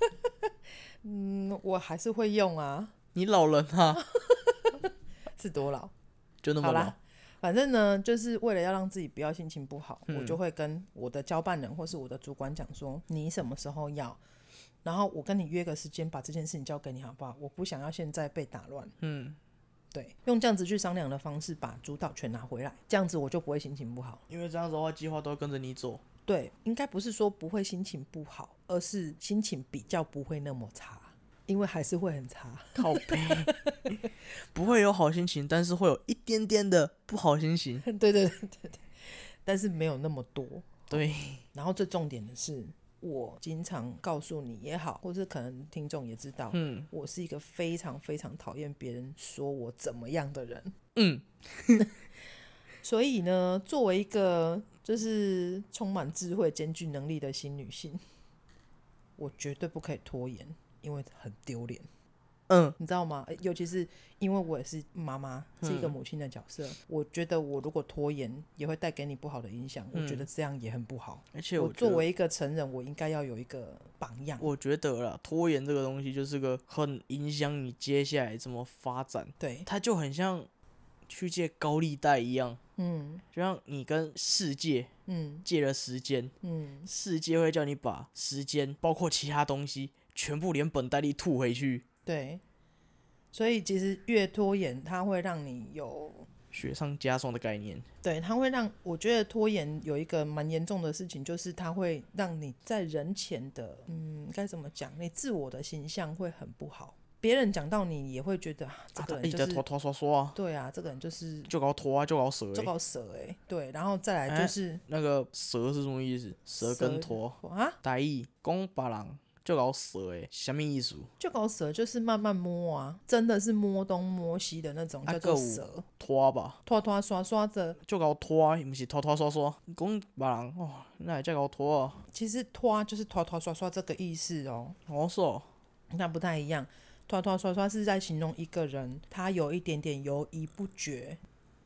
[SPEAKER 1] 嗯，我还是会用啊，
[SPEAKER 2] 你老人啊，
[SPEAKER 1] 是多老？
[SPEAKER 2] 就那么
[SPEAKER 1] 好
[SPEAKER 2] 老
[SPEAKER 1] 啦。，反正呢，就是为了要让自己不要心情不好，
[SPEAKER 2] 嗯
[SPEAKER 1] 我就会跟我的交办人或是我的主管讲说，你什么时候要，然后我跟你约个时间，把这件事情交给你好不好？我不想要现在被打乱。
[SPEAKER 2] 嗯，
[SPEAKER 1] 对，用这样子去商量的方式，把主导权拿回来，这样子我就不会心情不好。
[SPEAKER 2] 因为这样子的话，计划都会跟着你走。
[SPEAKER 1] 对，应该不是说不会心情不好，而是心情比较不会那么差，因为还是会很差。
[SPEAKER 2] 靠背，不会有好心情，但是会有一点点的不好 心情。
[SPEAKER 1] 对对对对对，但是没有那么多。
[SPEAKER 2] 对，
[SPEAKER 1] 然后最重点的是，我经常告诉你也好，或是可能听众也知道，
[SPEAKER 2] 嗯
[SPEAKER 1] 我是一个非常非常讨厌别人说我怎么样的人。
[SPEAKER 2] 嗯，
[SPEAKER 1] 所以呢，作为一个就是充满智慧、兼具能力的新女性，我绝对不可以拖延，因为很丢脸，
[SPEAKER 2] 嗯，
[SPEAKER 1] 你知道吗？呃尤其是因为我也是妈妈，是一
[SPEAKER 2] 嗯
[SPEAKER 1] 个母亲的角色，我觉得我如果拖延，也会带给你不好的影响。我觉得这样也很不好。
[SPEAKER 2] 而且
[SPEAKER 1] 我
[SPEAKER 2] 嗯觉
[SPEAKER 1] 作
[SPEAKER 2] 得，
[SPEAKER 1] 为一个成人，我应该要有一个榜样。
[SPEAKER 2] 我觉得啦，拖延这个东西就是个很影响你接下来怎么发展，
[SPEAKER 1] 对，
[SPEAKER 2] 它就很像去借高利贷一样，
[SPEAKER 1] 嗯
[SPEAKER 2] 就像你跟世界
[SPEAKER 1] 嗯
[SPEAKER 2] 借了时间，
[SPEAKER 1] 嗯，
[SPEAKER 2] 世界会叫你把时间，包括其他东西，全部连本带利吐回去，
[SPEAKER 1] 对。所以其实越拖延，它会让你有，
[SPEAKER 2] 雪上加霜的概念。
[SPEAKER 1] 对，它会让我觉得拖延有一个蛮严重的事情，就是它会让你在人前的，嗯，该怎么讲，你自我的形象会很不好。别人讲到你，也会觉得、啊、这
[SPEAKER 2] 啊
[SPEAKER 1] 个
[SPEAKER 2] 你
[SPEAKER 1] 人
[SPEAKER 2] 在
[SPEAKER 1] 就是、
[SPEAKER 2] 拖拖刷刷啊，
[SPEAKER 1] 对啊，这个人就是
[SPEAKER 2] 就搞拖啊，就搞蛇、
[SPEAKER 1] 这
[SPEAKER 2] 欸。
[SPEAKER 1] 搞蛇哎、对，然后再来
[SPEAKER 2] 哎
[SPEAKER 1] 就是、
[SPEAKER 2] 那个蛇是什么意思？蛇跟拖，
[SPEAKER 1] 啊，
[SPEAKER 2] 台语讲别人就搞蛇诶，什么意思？
[SPEAKER 1] 就搞蛇就是慢慢摸啊，真的是摸东摸西的那种
[SPEAKER 2] 啊
[SPEAKER 1] 叫做
[SPEAKER 2] 还有
[SPEAKER 1] 蛇。
[SPEAKER 2] 拖吧，
[SPEAKER 1] 拖拖刷刷的，
[SPEAKER 2] 就搞拖，毋是拖拖刷刷。讲别人哦，那也叫搞拖啊，
[SPEAKER 1] 其实拖就是拖拖刷刷这个意思哦，
[SPEAKER 2] 我说
[SPEAKER 1] 那不太一样。拖拖刷刷是在形容一个人，他有一点点犹疑不决，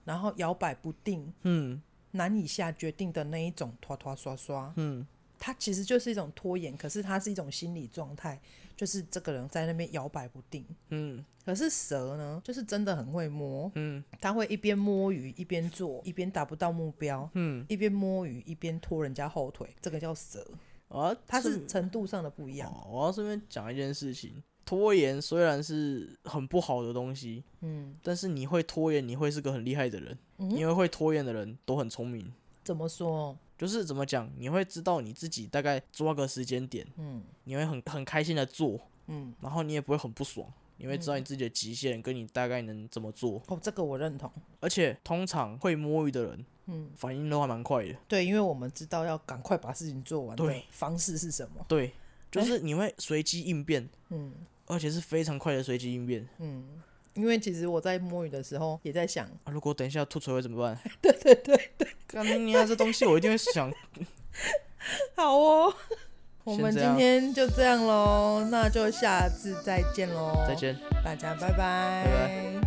[SPEAKER 1] 然后摇摆不定，
[SPEAKER 2] 嗯
[SPEAKER 1] 难以下决定的那一种拖拖刷刷。
[SPEAKER 2] 嗯，
[SPEAKER 1] 它其实就是一种拖延，可是它是一种心理状态，就是这个人在那边摇摆不定。
[SPEAKER 2] 嗯
[SPEAKER 1] 可是蛇呢，就是真的很会摸，
[SPEAKER 2] 嗯
[SPEAKER 1] 它会一边摸鱼一边做，一边达不到目标，
[SPEAKER 2] 嗯，
[SPEAKER 1] 一边摸鱼一边拖人家后腿，这个叫蛇，
[SPEAKER 2] 我要
[SPEAKER 1] 它
[SPEAKER 2] 顺
[SPEAKER 1] 是程度上的不一样。
[SPEAKER 2] 哦我要顺便哦讲一件事情，拖延虽然是很不好的东西，
[SPEAKER 1] 嗯，
[SPEAKER 2] 但是你会拖延，你会是个很厉害的人，
[SPEAKER 1] 嗯
[SPEAKER 2] 因为会拖延的人都很聪明。
[SPEAKER 1] 怎么说？
[SPEAKER 2] 就是怎么讲，你会知道你自己大概抓个时间点，
[SPEAKER 1] 嗯
[SPEAKER 2] 你会很很开心的做，
[SPEAKER 1] 嗯，
[SPEAKER 2] 然后你也不会很不爽，你会知道你自己的极限跟你大概能怎么做。
[SPEAKER 1] 哦，这个我认同。
[SPEAKER 2] 而且通常会摸鱼的人，
[SPEAKER 1] 嗯，
[SPEAKER 2] 反应都还蛮快的。
[SPEAKER 1] 对，因为我们知道要赶快把事情做完的
[SPEAKER 2] 对
[SPEAKER 1] 方式是什么。
[SPEAKER 2] 对，就是你会随机应变，
[SPEAKER 1] 嗯
[SPEAKER 2] 而且是非常快的随机应变。
[SPEAKER 1] 嗯，因为其实我在摸鱼的时候也在想，
[SPEAKER 2] 啊，如果等一下吐槽会怎么办？对对对对，干你啊！这东西我一定会想。
[SPEAKER 1] 好哦， 我们
[SPEAKER 2] 先这
[SPEAKER 1] 今
[SPEAKER 2] 样
[SPEAKER 1] 天就这样喽，那就下次再见喽，
[SPEAKER 2] 再，见。
[SPEAKER 1] 大家拜拜
[SPEAKER 2] 拜
[SPEAKER 1] 拜